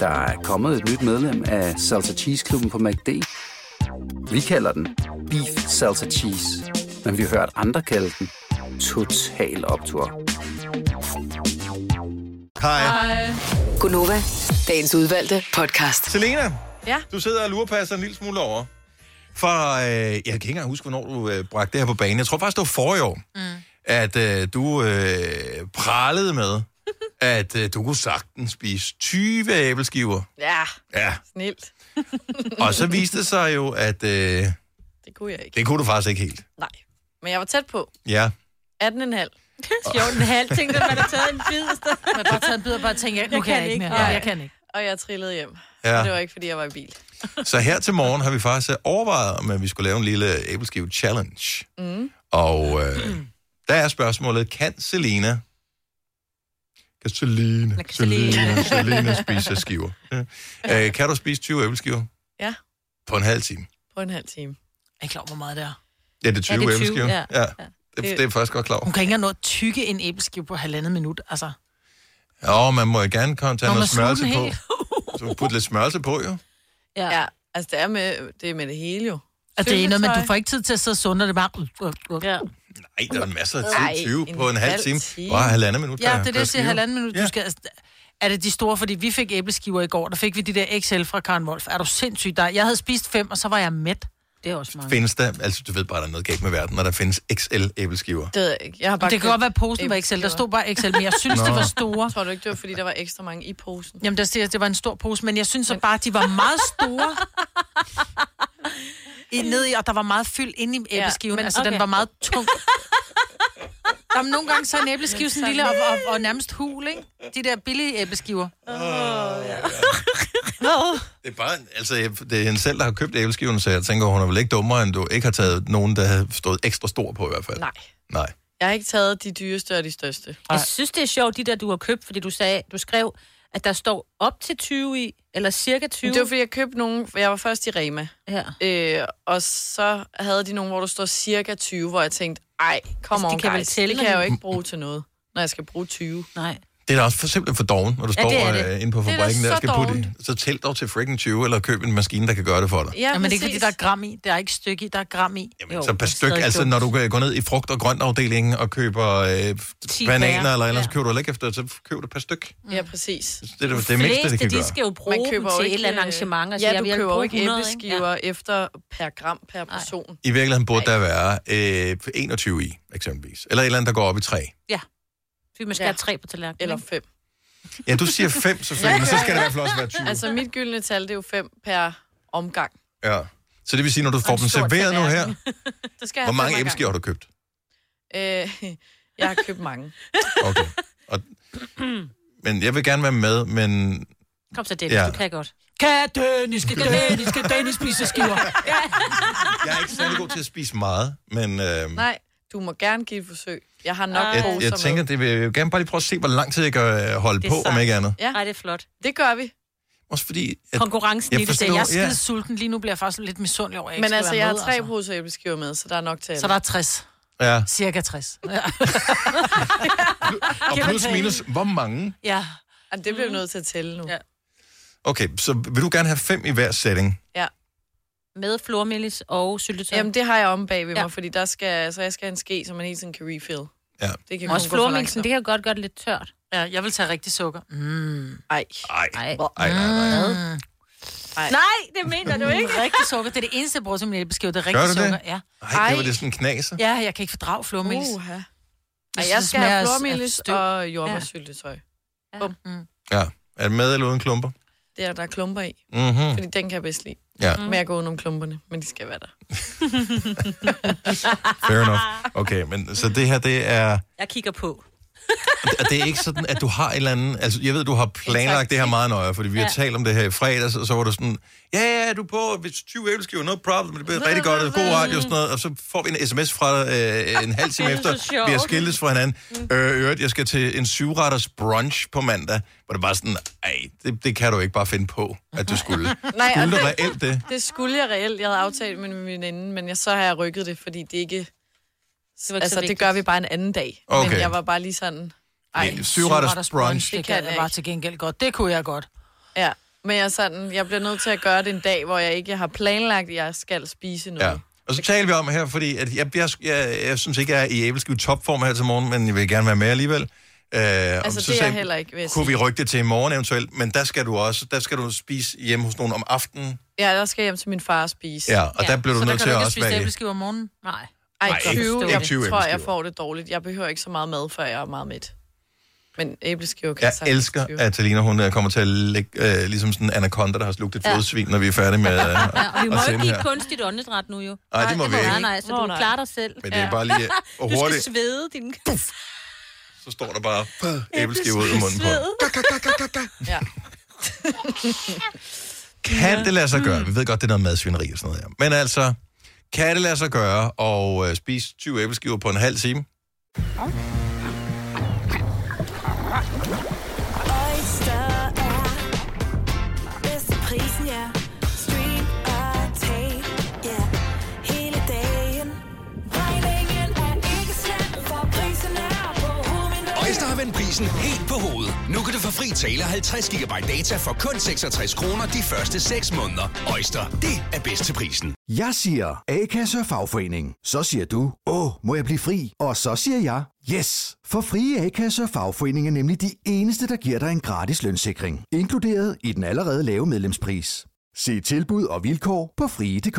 Speaker 11: Der er kommet et nyt medlem af Salsa Cheese Klubben på MACD. Vi kalder den Beef Salsa Cheese, men vi har hørt andre kalde den Total Optor.
Speaker 1: Hej.
Speaker 5: Gunova, dagens udvalgte podcast.
Speaker 1: Selena,
Speaker 4: Ja.
Speaker 1: du sidder og lurepasser en lille smule over. For øh, jeg kan ikke engang huske, hvornår du øh, bragte det her på banen. Jeg tror faktisk, det var forrige år. Mm. at øh, du øh, pralede med, at øh, du kunne sagtens spise 20 æbleskiver.
Speaker 4: Ja,
Speaker 1: Ja,
Speaker 4: snilt.
Speaker 1: og så viste det sig jo, at øh,
Speaker 4: Det kunne jeg ikke.
Speaker 1: det kunne du faktisk ikke helt.
Speaker 4: Nej, men jeg var tæt på.
Speaker 1: Ja.
Speaker 4: 18,5.
Speaker 3: 14,5. Tænkte, man har taget en bid.
Speaker 2: Man har bare taget en bid og bare tænkt, ja, nu kan jeg ikke mere. Ja, jeg kan ikke.
Speaker 4: Og jeg trillede hjem.
Speaker 1: Ja.
Speaker 4: Ja. Det var ikke, fordi jeg var i bil.
Speaker 1: Så her til morgen har vi faktisk øh, overvejet, om at vi skulle lave en lille æbleskive-challenge.
Speaker 4: Mm.
Speaker 1: Og øh, der er spørgsmålet, kan Selina... Kan Selina, Selina, Selina spise skiver? Ja. Øh, kan du spise 20 æbleskiver
Speaker 4: Ja,
Speaker 1: på en halv time?
Speaker 4: på en halv time.
Speaker 2: Jeg er ikke klar, over, hvor meget det er.
Speaker 1: Ja, det er 20
Speaker 2: Ja, det er 20,
Speaker 1: æbleskiver.
Speaker 2: ja.
Speaker 1: ja. Det, det er jeg faktisk godt klar over.
Speaker 2: Hun kan ikke engang nå at tykke en æbleskive på halvandet minut, altså.
Speaker 1: Ja, man må jo gerne komme tage
Speaker 2: Nå,
Speaker 1: noget
Speaker 2: man sluger
Speaker 1: smørelse
Speaker 2: den
Speaker 1: på.
Speaker 2: helt.
Speaker 1: Så putte lidt smørelse på, jo.
Speaker 3: Ja.
Speaker 4: ja. altså det er med det, er med det hele jo.
Speaker 2: Og det er noget, men
Speaker 4: Syltetøj.
Speaker 2: du får ikke tid til at sidde og sunde, og det er bare... Ja.
Speaker 1: Nej, der er masser af
Speaker 2: Ej,
Speaker 1: tid. 20
Speaker 2: en
Speaker 1: på en halv
Speaker 2: halv
Speaker 1: time.
Speaker 2: time.
Speaker 1: Bare halvandet minut.
Speaker 2: Ja,
Speaker 1: per-
Speaker 2: det er det,
Speaker 1: per
Speaker 2: jeg siger,
Speaker 1: skive.
Speaker 2: halvanden minut. Du skal, altså, er det de store, fordi vi fik æbleskiver i går, der fik vi de der XL fra Karen Wolf. Er du sindssyg dig? Jeg havde spist fem, og så var jeg mæt.
Speaker 3: Det er også meget.
Speaker 1: Findes der, altså du ved bare, der er noget galt med verden, når der findes XL-æbleskiver.
Speaker 4: Det ved jeg ikke. Jeg har bare
Speaker 2: Det kan
Speaker 4: købt
Speaker 2: godt være, at posen var XL. Der
Speaker 4: æbleskiver.
Speaker 2: stod bare XL, men jeg synes,
Speaker 1: Nå.
Speaker 2: det var store.
Speaker 4: Tror du ikke, det var, fordi der var ekstra mange i posen?
Speaker 2: Jamen, der siger, at det var en stor pose, men jeg synes så bare, at de var meget store. I, ned i, og der var meget fyld inde i
Speaker 4: Ja,
Speaker 2: æbleskiven. Ja,
Speaker 4: men
Speaker 2: altså, okay. den
Speaker 4: okay.
Speaker 2: var meget tung. Jamen, nogle gange så er en æbleskive sådan en lille og, og, og, nærmest hul, ikke? De der billige æbleskiver.
Speaker 1: Det er bare, altså jeg- det er hende selv, der har købt æbleskiven, så jeg tænker, hun er vel ikke dummere, end du ikke har taget nogen, der havde stået ekstra stor på i hvert fald.
Speaker 4: Nej.
Speaker 1: Nej.
Speaker 4: Jeg har ikke taget de dyreste og de største.
Speaker 3: Jeg synes, det er sjovt, de der, du har købt, fordi du sagde, du skrev, at der står op til 20 i, eller cirka 20.
Speaker 4: Det var, fordi jeg købte nogle... for Jeg var først i Rema.
Speaker 3: Ja.
Speaker 4: Øh, og så havde de nogle, hvor der står cirka 20, hvor jeg tænkte, ej, kom
Speaker 3: Altså, de
Speaker 4: on,
Speaker 3: kan vel
Speaker 4: guys.
Speaker 3: tælle,
Speaker 4: Det kan jeg
Speaker 3: når
Speaker 4: jo
Speaker 3: de-
Speaker 4: ikke bruge til noget, når jeg skal bruge 20.
Speaker 3: Nej.
Speaker 1: Det er da også for simpelthen for doven, når du
Speaker 4: Ja,
Speaker 1: står
Speaker 4: det er
Speaker 1: øh,
Speaker 4: det.
Speaker 1: inde på
Speaker 4: Det er da
Speaker 1: fabrikken der,
Speaker 4: så
Speaker 1: skal putte i. Så tæl dog til freaking 20, eller køb en maskine, der kan gøre det for dig.
Speaker 2: Ja, men det er ikke, fordi
Speaker 4: præcis.
Speaker 2: der er gram i. Der er ikke stykke i, der er gram i. Jamen,
Speaker 1: Så per styk, altså når du går ned i frugt- og grøntafdelingen og køber øh,
Speaker 2: Ti
Speaker 1: bananer,
Speaker 2: bær,
Speaker 1: eller ellers
Speaker 2: ja.
Speaker 1: køber du heller ikke efter, så køber du et par styk.
Speaker 4: Ja, præcis.
Speaker 1: Det er det, det mindste, det kan gøre.
Speaker 3: de skal jo bruge
Speaker 4: Man køber
Speaker 3: dem
Speaker 4: jo
Speaker 3: til et
Speaker 4: ikke, øh,
Speaker 3: eller andet arrangement. og
Speaker 4: ja,
Speaker 2: altså,
Speaker 3: siger, jeg
Speaker 4: du
Speaker 3: vil
Speaker 4: køber jo
Speaker 3: bruge
Speaker 4: ikke
Speaker 3: 100,
Speaker 4: æbleskiver efter per gram per person.
Speaker 1: I virkeligheden burde der være øh, 21 i, eksempelvis. Eller et eller andet, der går op i 3.
Speaker 3: Ja. Fordi man skal have tre på tallerkenen.
Speaker 4: Eller
Speaker 3: ikke?
Speaker 4: fem.
Speaker 1: Ja, du siger 5 selvfølgelig, men så skal det i hvert fald også være 20.
Speaker 4: Altså, mit gyldne tal, det er jo fem per omgang.
Speaker 1: Ja. Så det vil sige, når du får dem serveret nu her,
Speaker 4: Så skal
Speaker 1: hvor
Speaker 4: jeg have
Speaker 1: mange
Speaker 4: fem ad
Speaker 1: æbleskiver har du købt?
Speaker 4: gangen. Øh, jeg har købt mange.
Speaker 1: Men jeg vil gerne være med, men...
Speaker 3: Kom så, Dennis,
Speaker 1: Ja.
Speaker 3: ja. du kan godt.
Speaker 2: Kan Dennis, skal Dennis, skal Dennis spise skiver?
Speaker 1: Jeg er ikke særlig god til at spise meget, men... Øh,
Speaker 4: Nej, du må gerne give et forsøg. Jeg har
Speaker 3: Ah.
Speaker 4: nok
Speaker 1: jeg,
Speaker 4: poser
Speaker 1: jeg
Speaker 4: med.
Speaker 1: tænker, det vil jeg vil gerne bare lige prøve at se, hvor lang tid jeg kan øh, holde på, om ikke andet.
Speaker 4: Ja,
Speaker 3: Nej, det er flot.
Speaker 4: det gør vi.
Speaker 1: Også fordi... At,
Speaker 3: Konkurrencen
Speaker 1: Jeg
Speaker 3: i det,
Speaker 1: forstår-
Speaker 3: det
Speaker 2: Jeg
Speaker 3: er
Speaker 2: er
Speaker 1: Nå, ja.
Speaker 2: skide sulten lige nu, bliver jeg faktisk lidt misundelig over, at jeg
Speaker 4: Men
Speaker 2: ikke
Speaker 4: altså,
Speaker 2: skal
Speaker 4: jeg
Speaker 2: være
Speaker 4: har
Speaker 2: med,
Speaker 4: tre
Speaker 2: altså.
Speaker 4: poser æbleskiver med, så der er nok til alle.
Speaker 2: Så der er 60.
Speaker 1: ja.
Speaker 2: Cirka 60. Ja.
Speaker 1: Og plus minus, hvor mange?
Speaker 2: ja.
Speaker 4: Jamen, det
Speaker 3: Mhm.
Speaker 4: bliver vi nødt til at tælle nu. Ja.
Speaker 1: Okay, så vil du gerne have fem i hver sætning?
Speaker 3: Med flormelis og syltetøj.
Speaker 4: Jamen, det har jeg omme bag ved mig,
Speaker 3: Ja.
Speaker 4: fordi der skal, så jeg skal have en ske, som man hele tiden kan refill.
Speaker 1: Ja.
Speaker 4: Det kan
Speaker 3: Også
Speaker 4: kun gå for
Speaker 3: flormelisen, det kan godt gøre det lidt tørt.
Speaker 2: ja, jeg vil tage rigtig sukker. Mm.
Speaker 4: langsomt. Ej, Mm.
Speaker 1: Ej,
Speaker 3: Nej,
Speaker 1: ej, nej, nej.
Speaker 3: Nej det mener du ikke.
Speaker 2: Rigtig sukker, det er det eneste, jeg bruger til min æbleskeve. Det er
Speaker 1: Gør
Speaker 2: rigtig
Speaker 1: du det?
Speaker 2: sukker. Ja.
Speaker 1: Ej, det var det sådan en knaser.
Speaker 2: ja, jeg kan ikke fordrage flormelis. Uh.
Speaker 4: Uha. Ej,
Speaker 2: synes,
Speaker 4: jeg
Speaker 2: det
Speaker 4: skal have
Speaker 2: smager af- af
Speaker 4: flormelis
Speaker 2: støv.
Speaker 4: og jordbærsyltetøj.
Speaker 3: Mm.
Speaker 1: Ja. Er det med eller uden klumper?
Speaker 4: Det er der er klumper i,
Speaker 1: Mm-hmm.
Speaker 4: fordi den kan jeg bedst lide.
Speaker 1: Ja,
Speaker 4: Men jeg går udenom klumperne, men de skal være der.
Speaker 1: fair enough. Okay, men så det her, det er...
Speaker 3: Jeg kigger på.
Speaker 1: Og det er ikke sådan, at du har et eller andet... Altså, jeg ved, du har planlagt det her meget nøje, fordi vi har talt om det her i fredags, og så var du sådan, ja, ja, du er på, hvis 20 æbleskiver, no problem, det bliver rigtig godt, og god radio og sådan noget, og så får vi en sms fra dig øh, en halv time
Speaker 3: Det er så
Speaker 1: efter,
Speaker 3: sjovt. Mm.
Speaker 1: vi har skiltes fra hinanden. Øh, øvrigt, jeg skal til en syvretters brunch på mandag, hvor det bare sådan, ej, det, det kan du ikke bare finde på, at du skulle.
Speaker 4: Nej, og
Speaker 1: Skulle du
Speaker 4: det,
Speaker 1: reelt det?
Speaker 4: det skulle jeg reelt. Jeg havde aftalt med min veninde, men jeg, så har jeg rykket det, fordi det ikke...
Speaker 3: var ikke
Speaker 4: altså,
Speaker 3: så
Speaker 4: det
Speaker 3: vigtigt.
Speaker 4: gør vi bare en anden dag. Okay.
Speaker 1: Okay.
Speaker 4: Men jeg var bare lige sådan... Ej,
Speaker 1: Ej, syvretters brunch.
Speaker 2: Det
Speaker 4: Det
Speaker 2: kan
Speaker 4: kan
Speaker 2: jeg
Speaker 4: jeg
Speaker 2: bare
Speaker 4: ikke.
Speaker 2: til gengæld godt. Det kunne jeg godt.
Speaker 4: Ja, men jeg er sådan, jeg bliver nødt til at gøre det en dag, hvor jeg ikke har planlagt, at jeg skal spise noget.
Speaker 1: Ja. Og så taler vi om her, fordi at jeg, jeg, jeg, jeg synes ikke, jeg er i æbleskive topform her til morgen, men jeg vil gerne være med alligevel. Øh, altså,
Speaker 4: det er jeg heller ikke, vil jeg
Speaker 1: Kunne vi
Speaker 4: sige.
Speaker 1: rykke det til i morgen eventuelt, men der skal du også der skal du spise hjemme hos nogen om aftenen.
Speaker 4: Ja, der skal jeg hjem til min far og spise.
Speaker 1: Ja, og ja. der bliver du
Speaker 2: så
Speaker 1: nødt
Speaker 2: der
Speaker 1: til
Speaker 2: kan
Speaker 1: at
Speaker 2: du ikke
Speaker 1: også
Speaker 2: spise
Speaker 1: være i.
Speaker 2: æbleskiver om morgenen? Nej.
Speaker 4: Ej,
Speaker 1: Nej, ikke-
Speaker 4: 20,
Speaker 1: ikke
Speaker 4: jeg
Speaker 1: 20
Speaker 4: tror, jeg
Speaker 1: æbleskiver.
Speaker 4: får det dårligt. Jeg behøver ikke så meget mad, før jeg er meget mæt. Men æbleskiver kan
Speaker 1: Jeg
Speaker 4: sagtens
Speaker 1: elsker,
Speaker 4: styre.
Speaker 1: at Talina, hun øh, kommer til at lægge, øh, ligesom sådan en anaconda, der har slugt et
Speaker 3: Ja.
Speaker 1: fodsvin, når vi er færdige med øh,
Speaker 3: Ja, og vi må
Speaker 1: at
Speaker 3: jo
Speaker 1: sende
Speaker 3: ikke give
Speaker 1: her.
Speaker 3: kunstigt åndedræt nu jo.
Speaker 1: Ej, det må vi ikke.
Speaker 3: Nej, nej, så
Speaker 4: Nå,
Speaker 3: du
Speaker 4: nej.
Speaker 3: klarer dig selv.
Speaker 1: Men det er bare lige- øh, og
Speaker 3: Du skal
Speaker 1: hurtigt.
Speaker 3: svede din...
Speaker 1: Så står der bare æbleskiver ud af munden på. hende.
Speaker 4: Ja.
Speaker 1: Kan det lade sig gøre? Vi ved godt, det er noget madsvineri og sådan noget her. Men altså, kan det lade sig gøre at øh, spise 20 æbleskiver på en halv time?
Speaker 7: Oyster er bedst til prisen, ja. Stream og tag, ja. Hele dagen. Regningen er ikke slem, for prisen er på
Speaker 6: Øjster har vendt prisen helt på hovedet. Nu kan du få fri tale 50 GB data for kun 66 kroner de første 6 måneder. Øjster, det er bedst til prisen.
Speaker 11: Jeg siger A-kasse og fagforening. Så siger du, åh, må jeg blive fri? Og så siger jeg, yes! For frie A-kasse og fagforening er nemlig de eneste, der giver dig en gratis lønssikring. Inkluderet i den allerede lave medlemspris. Se tilbud og vilkår på frie.dk.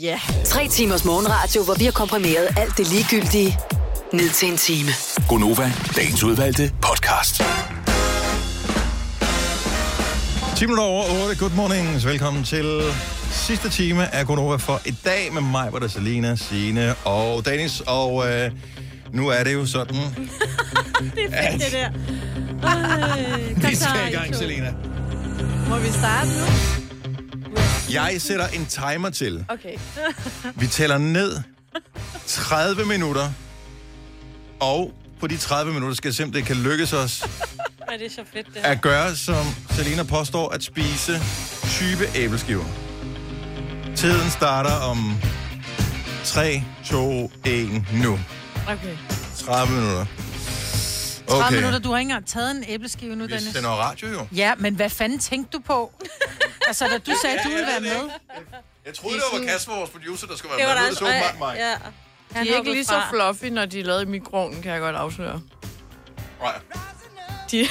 Speaker 13: Ja. Tre timers morgenradio, hvor vi har komprimeret alt det ligegyldige ned til en time.
Speaker 6: Gonova, dagens udvalgte podcast.
Speaker 1: 10 minutter over 8. Good morning. Så velkommen til sidste time af Gonova for i dag med mig, hvor der Selina, Signe og Dennis. Og øh, nu er det jo sådan...
Speaker 4: det
Speaker 1: er fedt, det
Speaker 4: der.
Speaker 1: Vi skal i gang, Selina.
Speaker 4: Må vi starte nu?
Speaker 1: Jeg sætter en timer til.
Speaker 4: Okay.
Speaker 1: Vi tæller ned 30 minutter. Og på de 30 minutter skal det simpelthen kan lykkes os
Speaker 3: Ej, det er så fedt, det
Speaker 1: at gøre, som Selina påstår, at spise 20 æbleskiver. Tiden starter om 3, 2, 1, nu.
Speaker 2: Okay.
Speaker 1: 30 minutter.
Speaker 2: 30
Speaker 1: Okay.
Speaker 2: minutter, du har ikke engang taget en æbleskive nu,
Speaker 1: Vi
Speaker 2: Dennis.
Speaker 1: sender radio jo.
Speaker 2: Ja, men hvad fanden tænkte du på? altså, da du sagde, du ville være med.
Speaker 1: Jeg troede, det var Kasper, vores producer, der skulle
Speaker 2: Det
Speaker 1: være
Speaker 2: var
Speaker 1: med.
Speaker 2: der
Speaker 1: Nu er Det var der
Speaker 2: altså-
Speaker 1: også mig.
Speaker 2: Ja.
Speaker 4: De
Speaker 2: Han
Speaker 4: er ikke
Speaker 2: hoppede
Speaker 4: lige så
Speaker 2: fra.
Speaker 4: fluffy, når de er lavet i mikroovnen, kan jeg godt afsløre.
Speaker 1: Nej.
Speaker 4: De...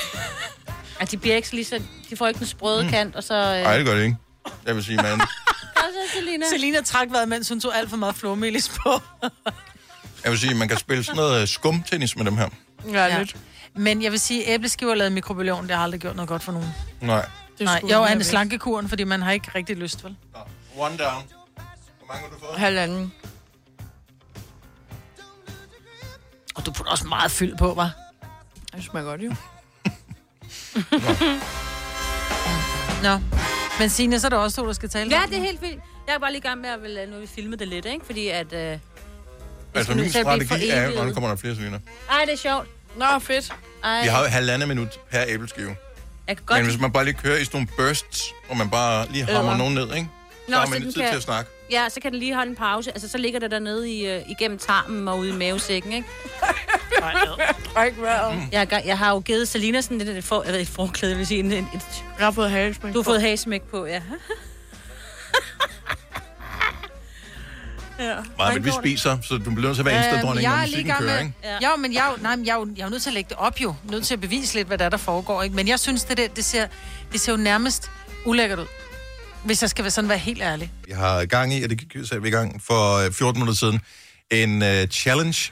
Speaker 3: At de bliver ikke lige så... De får ikke den sprøde
Speaker 1: Mm.
Speaker 3: kant, og så... Øh...
Speaker 1: Nej, det gør det ikke. Jeg vil sige, man.
Speaker 3: Selina.
Speaker 2: Selina trak vejret, mens hun tog alt for meget flormelis på.
Speaker 1: Jeg vil sige, man kan spille sådan noget øh, skumtennis med dem her.
Speaker 2: Ja, lidt. Men jeg vil sige, æbleskiver lavet i mikrobølgeovn, det har aldrig gjort noget godt for nogen.
Speaker 1: Nej.
Speaker 2: Det Nej, jo, er med slankekuren, fordi man har ikke rigtig lyst, vel?
Speaker 1: One down.
Speaker 4: Halvanden.
Speaker 2: Og du putter også meget fyld på, var.
Speaker 4: Det smager godt, jo.
Speaker 2: Nå. Men Signe, så er der også to, der skal tale.
Speaker 3: Ja, det er helt vildt. Jeg er bare lige i gang med at vil, øh, nu vil filme det lidt, ikke? Fordi at... Øh...
Speaker 1: Altså,
Speaker 3: skal
Speaker 1: min
Speaker 3: nødt til at blive
Speaker 1: strategi er jo,
Speaker 3: foreviget.
Speaker 1: når der kommer der flere sviner.
Speaker 3: Ej, det er sjovt.
Speaker 4: Nå, fedt.
Speaker 3: Ej.
Speaker 1: Vi har jo halvandet minut per æbleskive.
Speaker 3: Jeg kan godt...
Speaker 1: Men hvis man bare lige kører i sådan nogle bursts, hvor man bare lige hammer
Speaker 3: Øver.
Speaker 1: nogen ned, ikke? Så har man
Speaker 3: den
Speaker 1: lidt tid til at snakke.
Speaker 3: Ja, så kan den lige holde en pause. Altså, så ligger det dernede i, øh, igennem tarmen og ude i mavesækken, ikke?
Speaker 4: Træk vejret.
Speaker 1: Mm.
Speaker 3: Jeg, har ga- jeg har jo givet Selina sådan lidt et, for, jeg ved, et forklæde, jeg vil sige. En, en, et,
Speaker 4: jeg har fået hagesmæk
Speaker 3: Du har
Speaker 4: på.
Speaker 3: fået hagesmæk på, ja.
Speaker 4: ja.
Speaker 1: Nej, men vi spiser, så du bliver nødt til at være
Speaker 2: Øhm,
Speaker 1: eneste dronning, når
Speaker 2: jeg er lige i
Speaker 1: musikken
Speaker 2: gang
Speaker 1: kører,
Speaker 2: med...
Speaker 1: ikke?
Speaker 2: Ja. Jo, men jeg, er jo- nej, men jeg, er jo- jeg er jo nødt til at lægge det op jo. Nødt til at bevise lidt, hvad der, er, der foregår. Ikke? Men jeg synes, det, der, det, ser, det ser jo nærmest ulækkert ud. Hvis jeg skal være sådan være helt ærlig.
Speaker 1: Jeg har gang i, og det gik- satte vi i gang for øh, 14 minutter siden, en uh, challenge.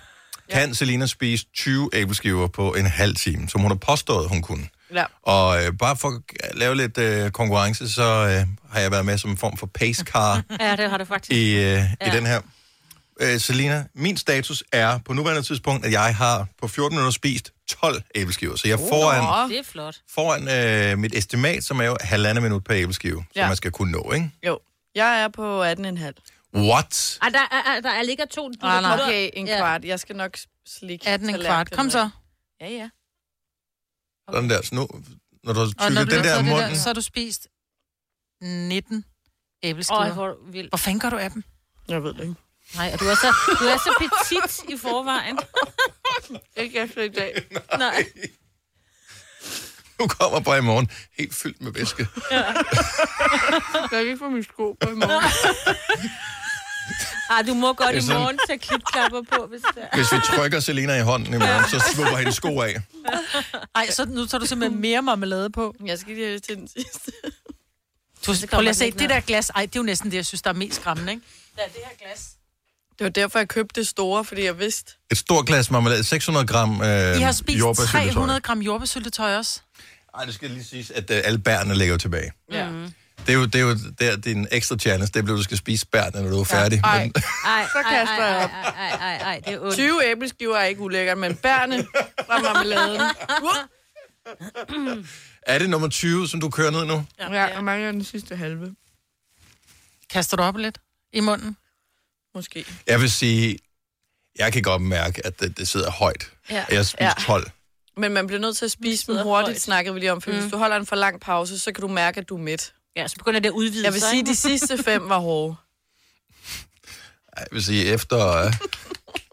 Speaker 1: Kan Selina spise 20 æbleskiver på en halv time, som hun har påstået, hun kunne?
Speaker 4: Ja.
Speaker 1: Og øh, bare for at lave lidt øh, konkurrence, så øh, har jeg været med som en form for pace car
Speaker 3: Ja, det har du faktisk.
Speaker 1: i, øh, ja. i
Speaker 3: Ja.
Speaker 1: den her. Øh, Selina, min status er på nuværende tidspunkt, at jeg har på 14 minutter spist 12 æbleskiver. Så jeg er foran,
Speaker 3: Det er flot.
Speaker 1: foran øh, mit estimat, som er jo halvandet minut per æbleskive, ja.
Speaker 4: Ja.
Speaker 1: som man skal kunne nå, ikke?
Speaker 4: Jo. Jeg er på 18,5.
Speaker 1: What?
Speaker 3: Ej, der, er, er- der ligger to...
Speaker 4: Nej, Ah, nej. Okay, en kvart. Jeg skal nok slikke.
Speaker 2: 18 en kvart. Kom så.
Speaker 4: Ja, ja.
Speaker 1: Sådan der. Så nu, når du har
Speaker 2: Og når
Speaker 1: tykket
Speaker 2: du
Speaker 1: den
Speaker 2: den
Speaker 1: der i
Speaker 2: det
Speaker 1: munden...
Speaker 2: der, så har du spist 19 æbleskiver.
Speaker 3: Åh, hvor vildt.
Speaker 2: Hvor fanden gør du af dem?
Speaker 4: Jeg ved det ikke.
Speaker 3: Nej, og du er så, du er så petit i forvejen. Ikke efter i dag. Nej.
Speaker 1: Du kommer bare i morgen helt fyldt med væske.
Speaker 4: Ja. Jeg kan ikke få min sko på i morgen.
Speaker 3: Ah, du må godt
Speaker 1: Det er
Speaker 3: i
Speaker 1: sådan-
Speaker 3: morgen tage klipklapper på, hvis det er.
Speaker 1: Hvis vi trykker Selina i hånden i morgen, så slupper hendes sko af.
Speaker 2: Ej, så nu tager du simpelthen mere marmelade på. Jeg skal lige have til den sidste. Du, prøv lige at se, det der glas, ej, det er jo næsten det, jeg synes, der er mest skræmmende, ikke?
Speaker 4: Ja, det her glas. Det var derfor, jeg købte det store, fordi jeg vidste.
Speaker 1: Et stort glas marmelade, 600 gram øh,
Speaker 2: I har spist
Speaker 1: jordbærsyltetøj.
Speaker 2: 300 gram jordbærsyltetøj også.
Speaker 1: Ej, det skal lige siges, at øh, alle bærene ligger jo tilbage.
Speaker 2: Ja. Mm.
Speaker 1: Det er jo, det er jo der, din ekstra challenge, det bliver, du skal spise bærene, når du er færdig.
Speaker 4: Ej.
Speaker 1: Men,
Speaker 3: Ej,
Speaker 4: så kaster
Speaker 3: ej,
Speaker 4: jeg op.
Speaker 3: Ej, ej, ej, ej, det er ondt.
Speaker 4: 20 æbleskiver er ikke ulækkert, men bærne fra marmeladen.
Speaker 1: er det nummer 20, som du kører ned nu?
Speaker 4: ja, jeg mangler den sidste halve.
Speaker 2: Kaster du op lidt i munden?
Speaker 4: Måske.
Speaker 1: Jeg vil sige, jeg kan godt mærke, at det, det sidder højt.
Speaker 4: Ja.
Speaker 1: Jeg har spist
Speaker 4: Ja.
Speaker 1: 12.
Speaker 4: Men man bliver nødt til at spise dem hurtigt, snakkede vi lige om. For mm. hvis du holder en for lang pause, så kan du mærke, at du er mæt.
Speaker 3: Ja, så begynder det at udvide
Speaker 4: Jeg vil
Speaker 3: sig,
Speaker 4: sige, at
Speaker 3: ikke?
Speaker 4: de sidste fem var hårde.
Speaker 1: Jeg vil sige, efter... Øh,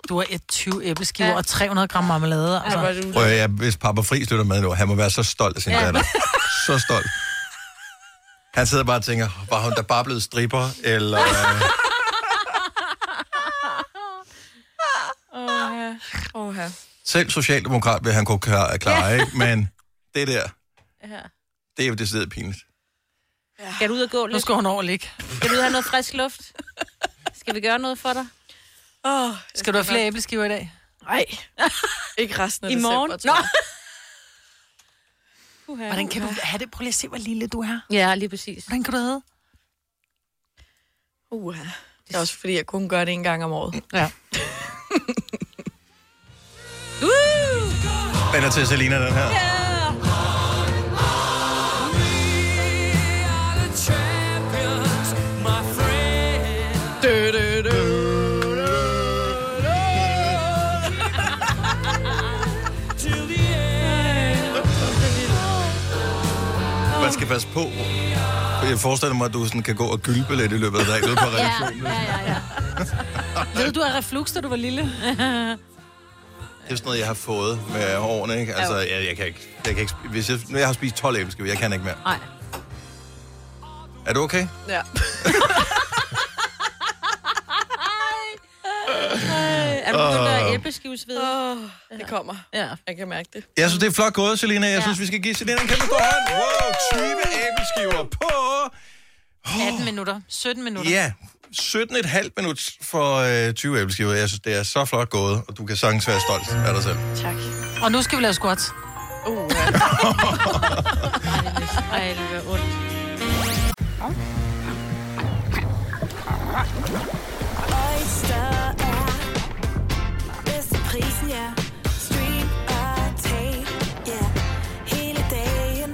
Speaker 2: Du har et 20 æbleskiver ja. og 300 gram marmelade. Altså. Ja,
Speaker 1: prøv, at- jeg, hvis Papa Fri støtter med nu, han må være så stolt af sin
Speaker 2: Ja.
Speaker 1: ja. datter. Så stolt. Han sidder bare og tænker, var hun da bare blevet stripper, eller... Øh,
Speaker 4: Åh, ja. Åh, ja.
Speaker 1: Selv socialdemokrat vil han kunne klare, klare ikke? Men det der,
Speaker 3: Ja.
Speaker 1: det er jo decideret pinligt.
Speaker 3: Skal du ud og gå lidt? Nu
Speaker 2: skal hun over ligge.
Speaker 3: Skal du ud og have noget frisk luft? Skal vi gøre noget for dig?
Speaker 4: Oh,
Speaker 2: Skal du have flere æbleskiver i dag?
Speaker 4: Nej. Ikke resten af
Speaker 3: I morgen?
Speaker 4: december, tror jeg.
Speaker 2: Hvordan kan du have det? Prøv lige at se, hvor lille du er.
Speaker 3: Ja, lige præcis.
Speaker 2: Hvordan kan du have det?
Speaker 4: Uha. Det er også fordi, jeg kun gør det en gang om året.
Speaker 2: Ja.
Speaker 1: Den er til Selina, den her.
Speaker 4: Dø, dø, dø.
Speaker 1: Man skal passe på. Jeg forestiller mig, at du sådan kan gå og gylpe lidt i løbet af dagen ude på redaktionen.
Speaker 3: Ja, ja, ja.
Speaker 2: Ved du, at reflux, da du var lille?
Speaker 1: Det er sådan noget, jeg har fået med årene, ikke? Altså, jeg, jeg kan ikke... Jeg kan ikke sp- hvis jeg, når jeg har spist 12 æbleskiver, jeg kan ikke mere.
Speaker 3: Nej.
Speaker 1: Er du okay?
Speaker 4: Ja.
Speaker 3: Ej, er du begyndt at
Speaker 1: Åh.
Speaker 3: æbleskivesved? Oh,
Speaker 4: Ah, det kommer.
Speaker 3: Ja.
Speaker 4: Jeg kan mærke det.
Speaker 1: Jeg synes, det er flot gået, Selina. Jeg synes, vi skal give Selina en kæmpe stor hånd. Wow, 20 æbleskiver på...
Speaker 2: 18 minutter. 17 minutter.
Speaker 1: Ja, 17,5 minut for øh, 20 æbleskiver. Jeg synes, det er så flot gået, og du kan sagtens være stolt af dig selv.
Speaker 4: Tak.
Speaker 2: Og nu skal vi lave squats.
Speaker 4: Uh,
Speaker 3: Ej, det gør ondt.
Speaker 7: Oyster er bedst til prisen, ja. Stream og tag, ja. Hele dagen.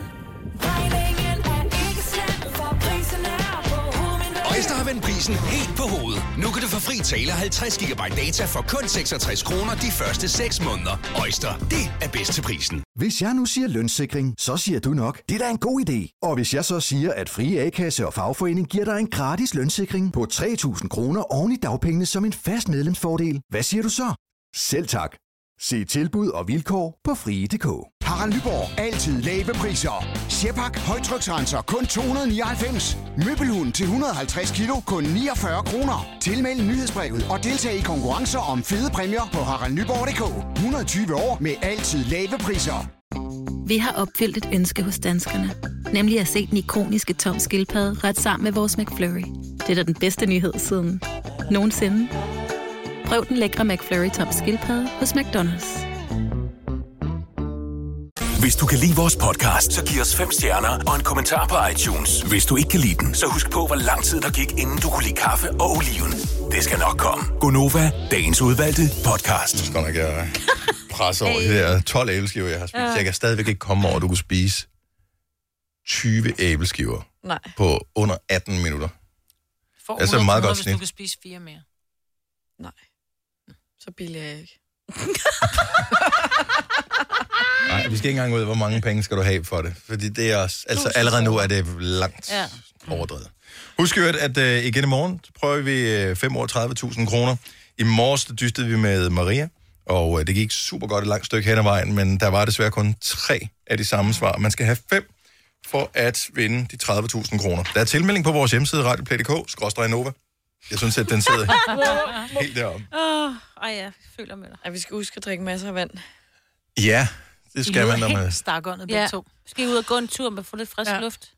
Speaker 7: Regningen er ikke slem, for prisen er på hovedet.
Speaker 6: Øjster har vendt prisen helt på hovedet. Nu kan du få fri tale 50 GB data for kun 66 kroner de første 6 måneder. Øjster, det er bedst til prisen.
Speaker 11: Hvis jeg nu siger lønssikring, så siger du nok, det er da en god idé. Og hvis jeg så siger, at frie A-kasse og fagforening giver dig en gratis lønssikring på 3.000 kroner oven i dagpengene som en fast medlemsfordel, hvad siger du så? Selv tak. Se tilbud og vilkår på frie.dk.
Speaker 14: Harald Nyborg. Altid lave priser. Sjehpak. Højtryksrenser. Kun 299. Møbelhund til 150 kilo. Kun 49 kroner. Tilmeld nyhedsbrevet og deltag i konkurrencer om fede præmier på haraldnyborg.dk. 120 år med altid lave priser.
Speaker 15: Vi har opfyldt et ønske hos danskerne. Nemlig at se den ikoniske tom skildpadde ret sammen med vores McFlurry. Det er da den bedste nyhed siden nogensinde. Prøv den lækre McFlurry tom skildpadde hos McDonald's.
Speaker 16: Hvis du kan lide vores podcast, så giv os fem stjerner og en kommentar på iTunes. Hvis du ikke kan lide den, så husk på, hvor lang tid der gik, inden du kunne lide kaffe og oliven. Det skal nok komme.
Speaker 1: Gonova, dagens udvalgte podcast. Jeg skal nok jeg presse over hey. det der 12 æbleskiver, jeg har spist.
Speaker 4: Ja.
Speaker 1: Jeg kan stadigvæk ikke komme over, at du kunne spise 20 æbleskiver
Speaker 4: nej.
Speaker 1: på under 18 minutter.
Speaker 2: Får
Speaker 1: Altså,
Speaker 2: 100
Speaker 1: meget
Speaker 2: kroner,
Speaker 1: godt
Speaker 2: hvis
Speaker 1: snit.
Speaker 2: du kan spise fire mere.
Speaker 4: Så billig er jeg ikke.
Speaker 1: Nej, vi skal ikke engang ud, hvor mange penge skal du have for det. Fordi det er også, altså allerede nu er det langt
Speaker 7: Ja.
Speaker 1: Mm. overdrevet. Husk jo, at øh, igen i morgen prøver vi øh, 5 år 30.000 kroner. I morges der dystede vi med Maria, og øh, det gik super godt et langt stykke hen ad vejen, men der var desværre kun tre af de samme svar. Man skal have fem for at vinde de 30.000 kroner. Der er tilmelding på vores hjemmeside, radioplay.dk, skråstrej Nova. Jeg synes, at den sidder helt deroppe.
Speaker 4: Åh, oh, jeg føler med dig. At vi skal huske at drikke masser af vand.
Speaker 1: Ja, det skal man, når man...
Speaker 2: stakåndet
Speaker 3: begge to. Skal I ud og gå en tur med at få lidt frisk ja. luft?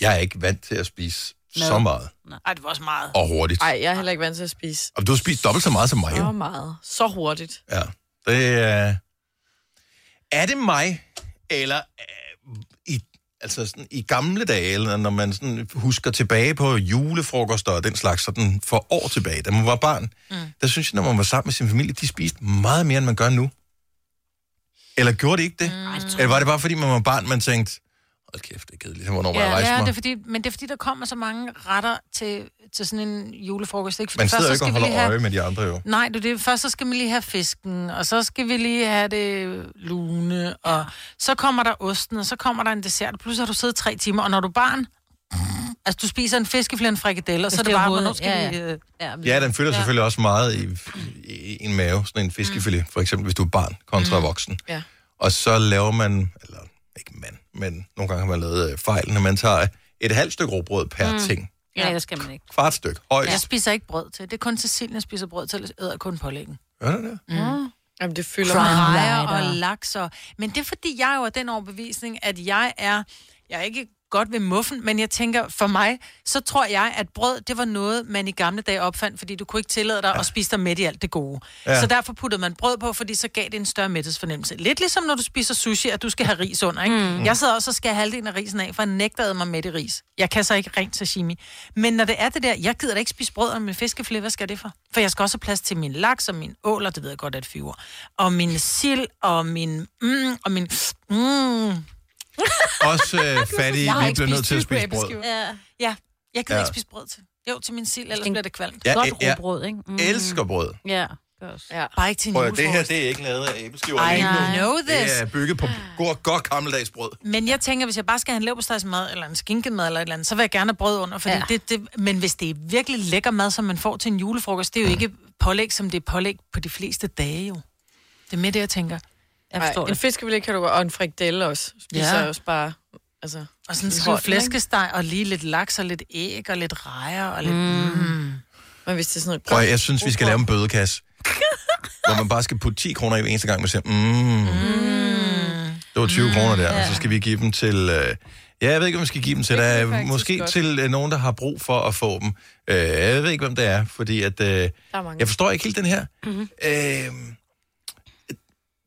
Speaker 1: Jeg er ikke vant til at spise
Speaker 4: Mad.
Speaker 1: så meget.
Speaker 2: Ej, det var også meget.
Speaker 1: Og hurtigt.
Speaker 4: Nej, jeg er heller ikke vant til at spise
Speaker 1: Og du har spist dobbelt så meget som mig.
Speaker 4: så
Speaker 1: jo.
Speaker 4: meget. Så hurtigt.
Speaker 1: Ja. Det er... Er det mig, eller øh, i, altså sådan, i gamle dage, eller når man sådan husker tilbage på julefrokoster og den slags, sådan for år tilbage, da man var barn, mm. der synes jeg, når man var sammen med sin familie, de spiste meget mere, end man gør nu. Eller gjorde det ikke det? Mm. Eller var det bare, fordi man var barn, man tænkte, hold kæft, det er kedeligt, hvornår må jeg
Speaker 2: Ja,
Speaker 1: rejse
Speaker 2: ja
Speaker 1: mig?
Speaker 2: det er fordi, men det er fordi, der kommer så mange retter til, til sådan en julefrokost. Ikke? For
Speaker 1: Man
Speaker 2: det første,
Speaker 1: sidder jo
Speaker 2: så
Speaker 1: ikke og
Speaker 2: skal vi
Speaker 1: holder
Speaker 2: lige have-
Speaker 1: øje med de andre, jo.
Speaker 2: Nej, du, det er, først så skal vi lige have fisken, og så skal vi lige have det lune, og så kommer der osten, og så kommer der en dessert, plus har du siddet tre timer, og når du er barn, altså du spiser en fiskeflæ og en frikadelle, og så er det bare, hvornår skal
Speaker 3: ja,
Speaker 2: vi... øh,
Speaker 3: ja.
Speaker 1: Ja, den fylder ja. selvfølgelig også meget i, i en mave, sådan en fiskefilet, mm. for eksempel hvis du er barn kontra mm. voksen.
Speaker 4: Ja.
Speaker 1: Og så laver man, eller ikke man, men nogle gange har man lavet øh, fejlen, at man tager et halvt stykke råbrød per mm. ting.
Speaker 2: Ja, det skal man ikke.
Speaker 1: Kvart stykke, højst.
Speaker 2: Jeg spiser ikke brød til. Det er kun Cecilien, jeg spiser brød til, ellers æder jeg kun pålæggen.
Speaker 1: Gør det det?
Speaker 2: Mm.
Speaker 4: Jamen, det fylder
Speaker 2: Crime
Speaker 4: mig.
Speaker 2: rejer og laks. Og... Men det er fordi, jeg jo er den overbevisning, at jeg er... Jeg er ikke godt ved muffen, men jeg tænker, for mig, så tror jeg, at brød, det var noget, man i gamle dage opfandt, fordi du kunne ikke tillade dig ja. at spise dig mæt i alt det gode.
Speaker 7: Ja.
Speaker 2: Ja. Så derfor puttede man brød på, fordi så gav det en større mættidsfornemmelse. Lidt ligesom når du spiser sushi, at du skal have ris under, ikke?
Speaker 7: Mm.
Speaker 2: Mm. Jeg sidder også og skal have halvdelen af risen af, for jeg nægtede mig mæt i ris. Jeg kan så ikke rent sashimi. Men når det er det der, jeg gider da ikke spise brød og min fiskeflé, hvad skal det for? For jeg skal også have plads til min laks og min ål, og det ved jeg godt, at fyre. Og min sild og min... Mm, og min... Mm.
Speaker 1: Også øh, fattige,
Speaker 2: Jeg har
Speaker 1: vi
Speaker 2: ikke
Speaker 1: bliver nødt
Speaker 2: spist
Speaker 1: til at spise brød.
Speaker 2: juleæbleskiver. Ja. ja, jeg
Speaker 1: Ja.
Speaker 2: gider ja. ikke spise brød til. Jo, til min sild, ellers bliver det kvalmt.
Speaker 1: Jeg- Godt jeg- rugbrød, ikke? Mm. elsker brød.
Speaker 2: Ja. ja. Bare ikke til en
Speaker 1: Prøv, at- det her
Speaker 2: julefrokost.
Speaker 1: det er ikke lavet af æbleskiver.
Speaker 2: I
Speaker 1: alene.
Speaker 2: know
Speaker 1: Det
Speaker 2: this.
Speaker 1: er bygget på godt, godt gammeldags brød.
Speaker 2: Men jeg tænker, hvis jeg bare skal have en leverpostejsmad, eller en skinkemad, eller et eller andet, så vil jeg gerne have brød under. Fordi
Speaker 15: Ja.
Speaker 2: ja. det, det, men hvis det er virkelig lækker mad, som man får til en julefrokost, det er jo ikke pålæg, som det er pålæg på de fleste dage jo. Det er mere det, jeg tænker. Jeg
Speaker 4: Ej,
Speaker 2: forstår
Speaker 4: en
Speaker 2: det.
Speaker 4: fiskefilet kan du godt, og en frikadelle også. Spiser
Speaker 2: Ja.
Speaker 4: ja. også bare... Altså,
Speaker 2: Og sådan en
Speaker 4: lidt
Speaker 2: skive
Speaker 4: hånd, ikke?
Speaker 2: flæskesteg, og lige lidt laks, og lidt æg, og lidt rejer, og lidt...
Speaker 4: Mm.
Speaker 2: Mm. Mm.
Speaker 4: Men hvis det er sådan noget
Speaker 1: Prøv, at- jeg synes, vi skal lave en bødekasse, hvor man bare skal putte 10 kroner i hver eneste gang, man siger, mm, Det var 20 mm, kroner der, og så skal vi give dem til... Øh, ja, jeg ved ikke, hvem vi skal give dem til. Der er måske godt. til øh, nogen, der har brug for at få dem. Øh, jeg ved ikke, hvem det er, fordi at... Øh, jeg forstår ikke helt den her. Mm-hmm. Øh,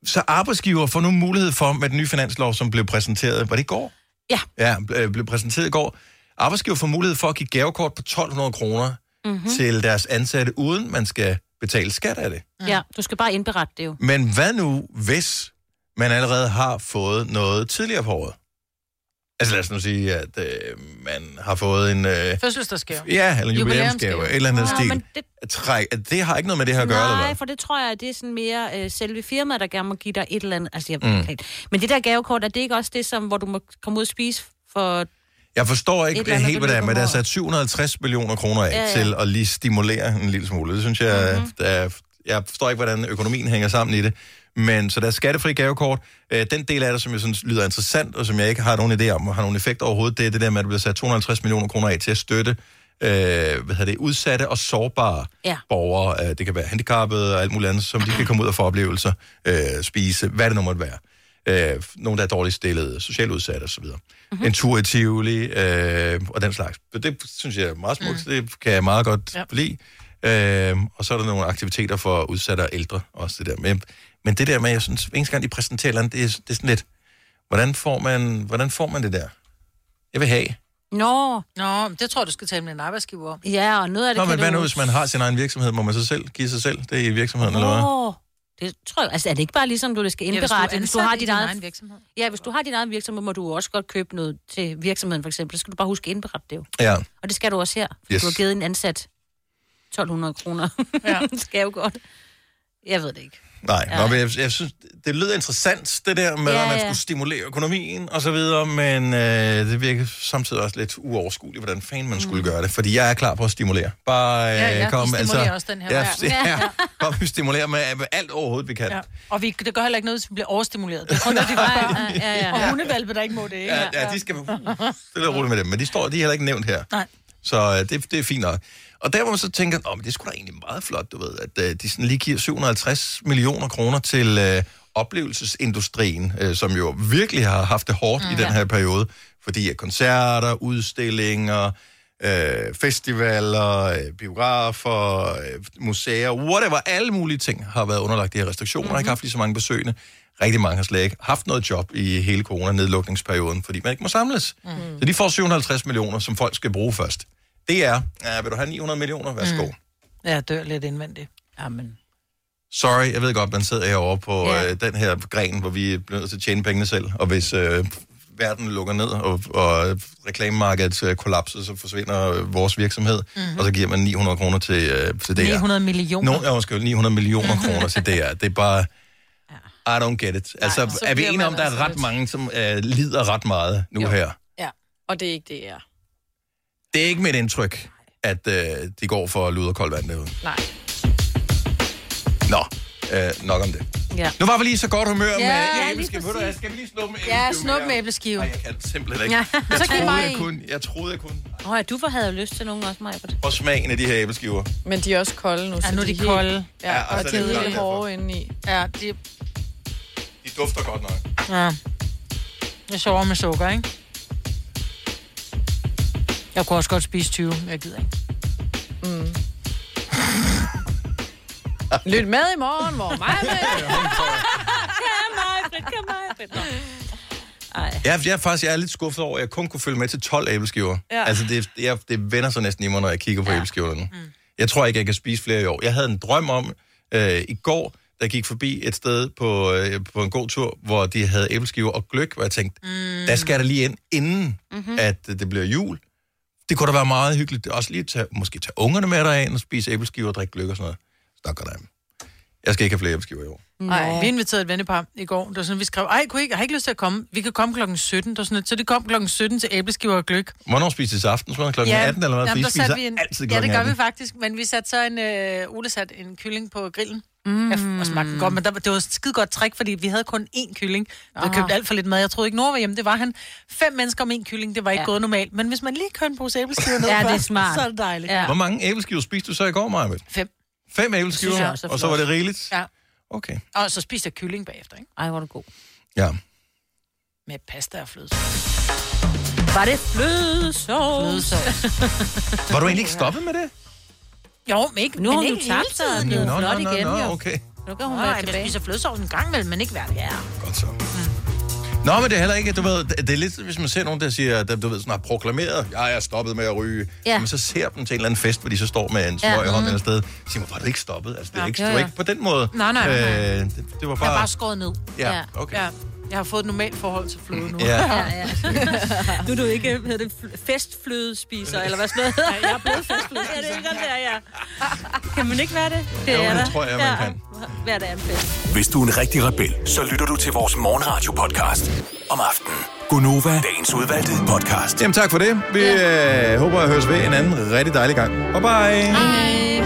Speaker 1: så arbejdsgiver får nu mulighed for, med den nye finanslov, som blev præsenteret... Var det i går?
Speaker 2: Ja.
Speaker 1: Ja, øh, blev præsenteret i går. Arbejdsgiver får mulighed for at give gavekort på 1.200 kroner mm-hmm. til deres ansatte, uden man skal betale skat af det.
Speaker 3: Ja, du skal bare indberette det jo.
Speaker 1: Men hvad nu, hvis man allerede har fået noget tidligere på året? Altså lad os nu sige, at øh, man har fået en... Øh,
Speaker 2: Fødselsdagsgave.
Speaker 1: ja, eller en jubilæumsgave, et eller andet
Speaker 3: Nå,
Speaker 1: stil.
Speaker 3: men
Speaker 1: Det... At træk, at det har ikke noget med det her at gøre, eller
Speaker 3: Nej,
Speaker 1: hvad?
Speaker 3: for det tror jeg, at det er sådan mere øh, selve firmaet, der gerne må give dig et eller andet. Altså, jeg
Speaker 1: Mm.
Speaker 3: mm. Men det der gavekort, er det ikke også det, som, hvor du må komme ud og spise for...
Speaker 1: Jeg forstår
Speaker 3: Et
Speaker 1: ikke
Speaker 3: eller andet
Speaker 1: helt, hvad det er,
Speaker 3: beløb om
Speaker 1: men altså, der er
Speaker 3: året.
Speaker 1: sat 750 millioner kroner af
Speaker 3: Ja, ja. Mhm.
Speaker 1: ja, ja. til at lige stimulere en lille smule. Det synes jeg, mm-hmm. der er, jeg forstår ikke, hvordan økonomien hænger sammen i det. Men så der er skattefri gavekort. Øh, Den del af det, som jeg synes lyder interessant, og som jeg ikke har nogen idé om, og har nogen effekt overhovedet, det er det der med, at der bliver sat 250 millioner kroner af til at støtte øh, hvad hedder det, udsatte og sårbare
Speaker 3: Ja.
Speaker 1: borgere. Øh, Det kan være handicappede og alt muligt andet, som de kan komme ud og få oplevelser, øh, spise, hvad det nu måtte være. Øh, nogle, der er dårligt stillede, socialt udsatte osv.
Speaker 3: Mhm.
Speaker 1: Mm-hmm. En tur i Tivoli øh, og den slags. Så Det synes jeg er meget smukt. Mm. Det kan jeg meget godt ja. lide. Øh, og så er der nogle aktiviteter for udsatte og ældre også det der. Men, men det der med, jeg synes, hver eneste gang de præsenterer et eller andet, det er, det er sådan lidt, hvordan får, man, hvordan får man det der? Jeg vil have.
Speaker 3: Nå.
Speaker 2: Nå, men det tror jeg, du skal tale med en arbejdsgiver om.
Speaker 3: Ja, og noget af det
Speaker 1: Nå,
Speaker 3: kan
Speaker 1: men hvad
Speaker 3: du...
Speaker 1: nu, hvis man har sin egen virksomhed, må man så selv give sig selv det i virksomheden, eller hvad?
Speaker 3: Åh, det tror jeg. Altså, er det ikke bare ligesom, du skal
Speaker 2: Ja, hvis du
Speaker 3: indberette?
Speaker 2: er
Speaker 3: hvis du
Speaker 2: ansat
Speaker 3: har
Speaker 2: i
Speaker 3: dit
Speaker 2: din
Speaker 3: eget...
Speaker 2: egen virksomhed.
Speaker 3: Ja, hvis du har din egen virksomhed, må du jo også godt købe noget til virksomheden, for eksempel. Så skal du bare huske at indberette det jo.
Speaker 1: Ja.
Speaker 3: Og det skal du også her,
Speaker 1: Yes.
Speaker 3: for yes. du har givet en ansat 1.200 kroner. Ja. det skal jo godt. Jeg ved det ikke.
Speaker 1: Nej, ja. nå, men jeg, jeg synes, det lyder interessant, det der med, ja,
Speaker 3: Ja,
Speaker 1: at man
Speaker 3: ja.
Speaker 1: skulle stimulere økonomien og så videre, men øh, det virker samtidig også lidt uoverskueligt, hvordan fanden man skulle gøre det, fordi jeg er klar på at stimulere. Bare øh,
Speaker 2: Mm. Ja, ja,
Speaker 1: kom,
Speaker 2: vi
Speaker 1: altså...
Speaker 2: stimulerer også den her
Speaker 1: Ja,
Speaker 2: gang.
Speaker 1: ja,
Speaker 2: Ja.
Speaker 1: Kom, vi stimulerer med, med alt overhovedet, vi kan. Ja,
Speaker 2: Ja. Og vi, det gør heller ikke noget, hvis vi bliver overstimuleret. Det er kun, når de var ja, ja, ja. Og hundevalpe, der ikke må det, ikke?
Speaker 1: ja, ja de skal... Det er roligt med dem, men de, står, de er heller ikke nævnt her.
Speaker 2: Nej.
Speaker 1: Så øh, det, det er fint nok. Og der, hvor man så tænker, Åh, men det skulle da egentlig meget flot, du ved, at øh, de sådan lige giver 750 millioner kroner til øh, oplevelsesindustrien, øh, som jo virkelig har haft det hårdt mm, i den her periode, fordi at koncerter, udstillinger, øh, festivaler, øh, biografer, øh, museer, whatever, alle mulige ting har været underlagt de her restriktioner, mm-hmm. ikke haft lige så mange besøgende. Rigtig mange har slet ikke haft noget job i hele corona-nedlukningsperioden, fordi man ikke må samles. Mm. Så de får 750 millioner, som folk skal bruge først. Det er, ja, vil du have 900 millioner? Værsgo. Mm.
Speaker 2: Ja, jeg dør lidt indvendigt. Amen.
Speaker 1: Sorry, jeg ved godt, man sidder herovre på
Speaker 2: Ja.
Speaker 1: ja. øh, den her gren, hvor vi bliver nødt til at tjene pengene selv, og hvis øh, verden lukker ned, og, og reklamemarkedet øh, kollapser, så forsvinder øh, vores virksomhed,
Speaker 2: Mhm.
Speaker 4: Mm.
Speaker 1: mm-hmm. og så giver man 900 kroner til, øh, til DR.
Speaker 2: 900 millioner.
Speaker 1: Nå, ja, undskyld, 900 millioner kroner til DR. Det er bare... I don't get it. Altså,
Speaker 4: så
Speaker 1: er vi
Speaker 4: bliver
Speaker 1: enige om,
Speaker 4: man
Speaker 1: der
Speaker 4: altså
Speaker 1: er ret
Speaker 4: lidt-
Speaker 1: mange, som øh, lider ret meget nu jo. her?
Speaker 4: Ja, og det er ikke det, jeg er.
Speaker 1: Det er ikke mit indtryk, at øh, de går for lud og koldt vand derude.
Speaker 4: Nej.
Speaker 1: Nå, øh, nok om det.
Speaker 2: Ja.
Speaker 1: Nu var vi lige så godt humør
Speaker 2: Ja,
Speaker 1: med
Speaker 2: ja, lige
Speaker 1: æbleskiver. Ved du hvad, Skal vi lige snuppe med
Speaker 2: Ja,
Speaker 1: æbleskiver
Speaker 2: snup
Speaker 1: her?
Speaker 2: med æbleskiver.
Speaker 1: Ej, jeg kan simpelthen ikke.
Speaker 3: Ja.
Speaker 1: Jeg,
Speaker 3: Så giv
Speaker 1: troede,
Speaker 3: mig
Speaker 1: jeg,
Speaker 3: en.
Speaker 1: kunne, jeg troede, jeg kunne.
Speaker 3: Åh, oh, ja, du for havde jo lyst til nogen også, Maja.
Speaker 1: Prøv smagen af de her æbleskiver.
Speaker 4: Men de er også kolde nu. Ja,
Speaker 2: nu er de kolde.
Speaker 4: Ja,
Speaker 1: Ja,
Speaker 4: ja
Speaker 1: og
Speaker 4: og,
Speaker 1: så er
Speaker 4: og
Speaker 1: det
Speaker 4: de er
Speaker 1: klart
Speaker 4: helt
Speaker 1: derfor.
Speaker 4: hårde indeni.
Speaker 2: Ja, de,
Speaker 1: De dufter godt nok.
Speaker 2: ja. Jeg sover med sukker, ikke? Jeg kunne også godt spise 20, men jeg gider ikke.
Speaker 4: Mm. Lyt med i morgen, hvor mig med.
Speaker 3: Kom, Maja, kom, Maja.
Speaker 1: Jeg, jeg, er faktisk, jeg er lidt skuffet over, at jeg kun kunne følge med til 12 æbleskiver.
Speaker 3: Ja.
Speaker 1: Altså, det, jeg, det vender sig næsten i mig, når jeg kigger på ja. æbleskiverne. Mm. Jeg tror ikke, jeg kan spise flere i år. Jeg havde en drøm om, øh, i går, der gik forbi et sted på, øh, på en god tur, hvor de havde æbleskiver og gløk, hvor jeg tænkte, mm. der skal jeg da lige ind, inden
Speaker 2: Mhm.
Speaker 1: mm-hmm. at øh, det bliver jul. Det kunne da være meget hyggeligt. Også lige tage, måske tage ungerne med derind og spise æbleskiver og drikke gløk og sådan noget. Snakker der. Jeg skal ikke have flere æbleskiver i år.
Speaker 2: Nej, vi inviterede et vennepar i går. Det var sådan, vi skrev, ej, kunne I ikke, jeg har ikke lyst til at komme. Vi kan komme klokken 17. Det var sådan, lidt- så det kom klokken 17 til æbleskiver og gløk.
Speaker 1: Hvornår spiser de aftensmad? Klokken ja, 18 eller hvad? Jamen,
Speaker 2: der
Speaker 1: vi spiser
Speaker 2: satte vi en,
Speaker 1: altid
Speaker 2: Ja,
Speaker 1: klokken
Speaker 2: det gør
Speaker 1: 18.
Speaker 2: vi faktisk. Men vi satte så en... Øh, Ole satte en kylling på grillen. Mm. Jeg f- og smagte den godt, men der, var- det var et skide godt trick, fordi vi havde kun én kylling. Vi havde
Speaker 15: Aha.
Speaker 2: købt alt for lidt mad. Jeg troede ikke, Nora var hjemme. Det var han. Fem mennesker om én kylling, det var ikke ja.
Speaker 15: Ja.
Speaker 2: gået normalt. Men hvis man lige kører en pose æbleskiver ned
Speaker 15: Ja, det er
Speaker 2: først,
Speaker 15: smart.
Speaker 2: så er det dejligt.
Speaker 1: Hvor mange æbleskiver spiste du så i går, Maja?
Speaker 2: Fem.
Speaker 1: Fem
Speaker 2: Det synes jeg
Speaker 1: æbleskiver,
Speaker 2: også er
Speaker 1: og så var
Speaker 2: flot.
Speaker 1: det rigeligt?
Speaker 2: Ja.
Speaker 1: Okay.
Speaker 2: Og så spiste jeg kylling bagefter, ikke?
Speaker 3: Ej, hvor er du god.
Speaker 1: Ja.
Speaker 2: Med pasta og fløde.
Speaker 3: Var det flødesovs?
Speaker 1: Var du egentlig ikke stoppet med det?
Speaker 2: Jo, men ikke,
Speaker 3: Nu har
Speaker 2: men
Speaker 3: hun
Speaker 2: ikke
Speaker 3: jo
Speaker 2: hele
Speaker 3: tabt sig.
Speaker 2: tiden.
Speaker 3: Det er jo Nå, flot
Speaker 1: nå, nå, igen, nå, jo. okay.
Speaker 3: Nu
Speaker 2: kan hun
Speaker 3: være
Speaker 2: være tilbage. Jeg spiser flødesovs en gang imellem, men ikke hver dag. Ja.
Speaker 1: Godt så.
Speaker 3: Mm.
Speaker 1: Nå, men det er heller ikke, du ved, det er lidt, hvis man ser nogen, der siger, at du ved, sådan har proklameret, jeg er stoppet med at ryge,
Speaker 2: Ja.
Speaker 1: ja. men så ser dem til en eller anden fest, hvor de så står med en
Speaker 2: Ja.
Speaker 1: smøg i hånden
Speaker 2: Mhm.
Speaker 1: eller sted, siger man, var du ikke stoppet? Altså, det er
Speaker 2: Ja.
Speaker 1: ikke,
Speaker 2: Jo,
Speaker 1: det var
Speaker 2: ja.
Speaker 1: ikke på den måde.
Speaker 2: Nej, nej, nej.
Speaker 1: Øh, det, det var
Speaker 2: Jeg har
Speaker 1: bare...
Speaker 2: bare skåret ned.
Speaker 1: Ja, okay.
Speaker 2: Ja. Jeg har fået et normalt forhold til fløde nu.
Speaker 1: Ja. Ja,
Speaker 3: ja. Nu er du ikke hedder det, fl- festflødespiser, eller hvad sådan noget
Speaker 2: Nej, jeg er blevet festflødespiser.
Speaker 3: ja, det er ikke godt, det er, ja. Kan man ikke være det? Det
Speaker 16: Jo,
Speaker 3: er
Speaker 16: det
Speaker 3: der.
Speaker 16: tror jeg, man
Speaker 3: ja.
Speaker 16: kan.
Speaker 3: Hver dag er en fest.
Speaker 16: Hvis du er en rigtig rebel, så lytter du til vores morgenradio-podcast om aftenen. Gunova, dagens udvalgte podcast.
Speaker 1: Jamen tak for det. Vi øh, håber at høres ved en anden rigtig dejlig gang. Bye bye. Hej.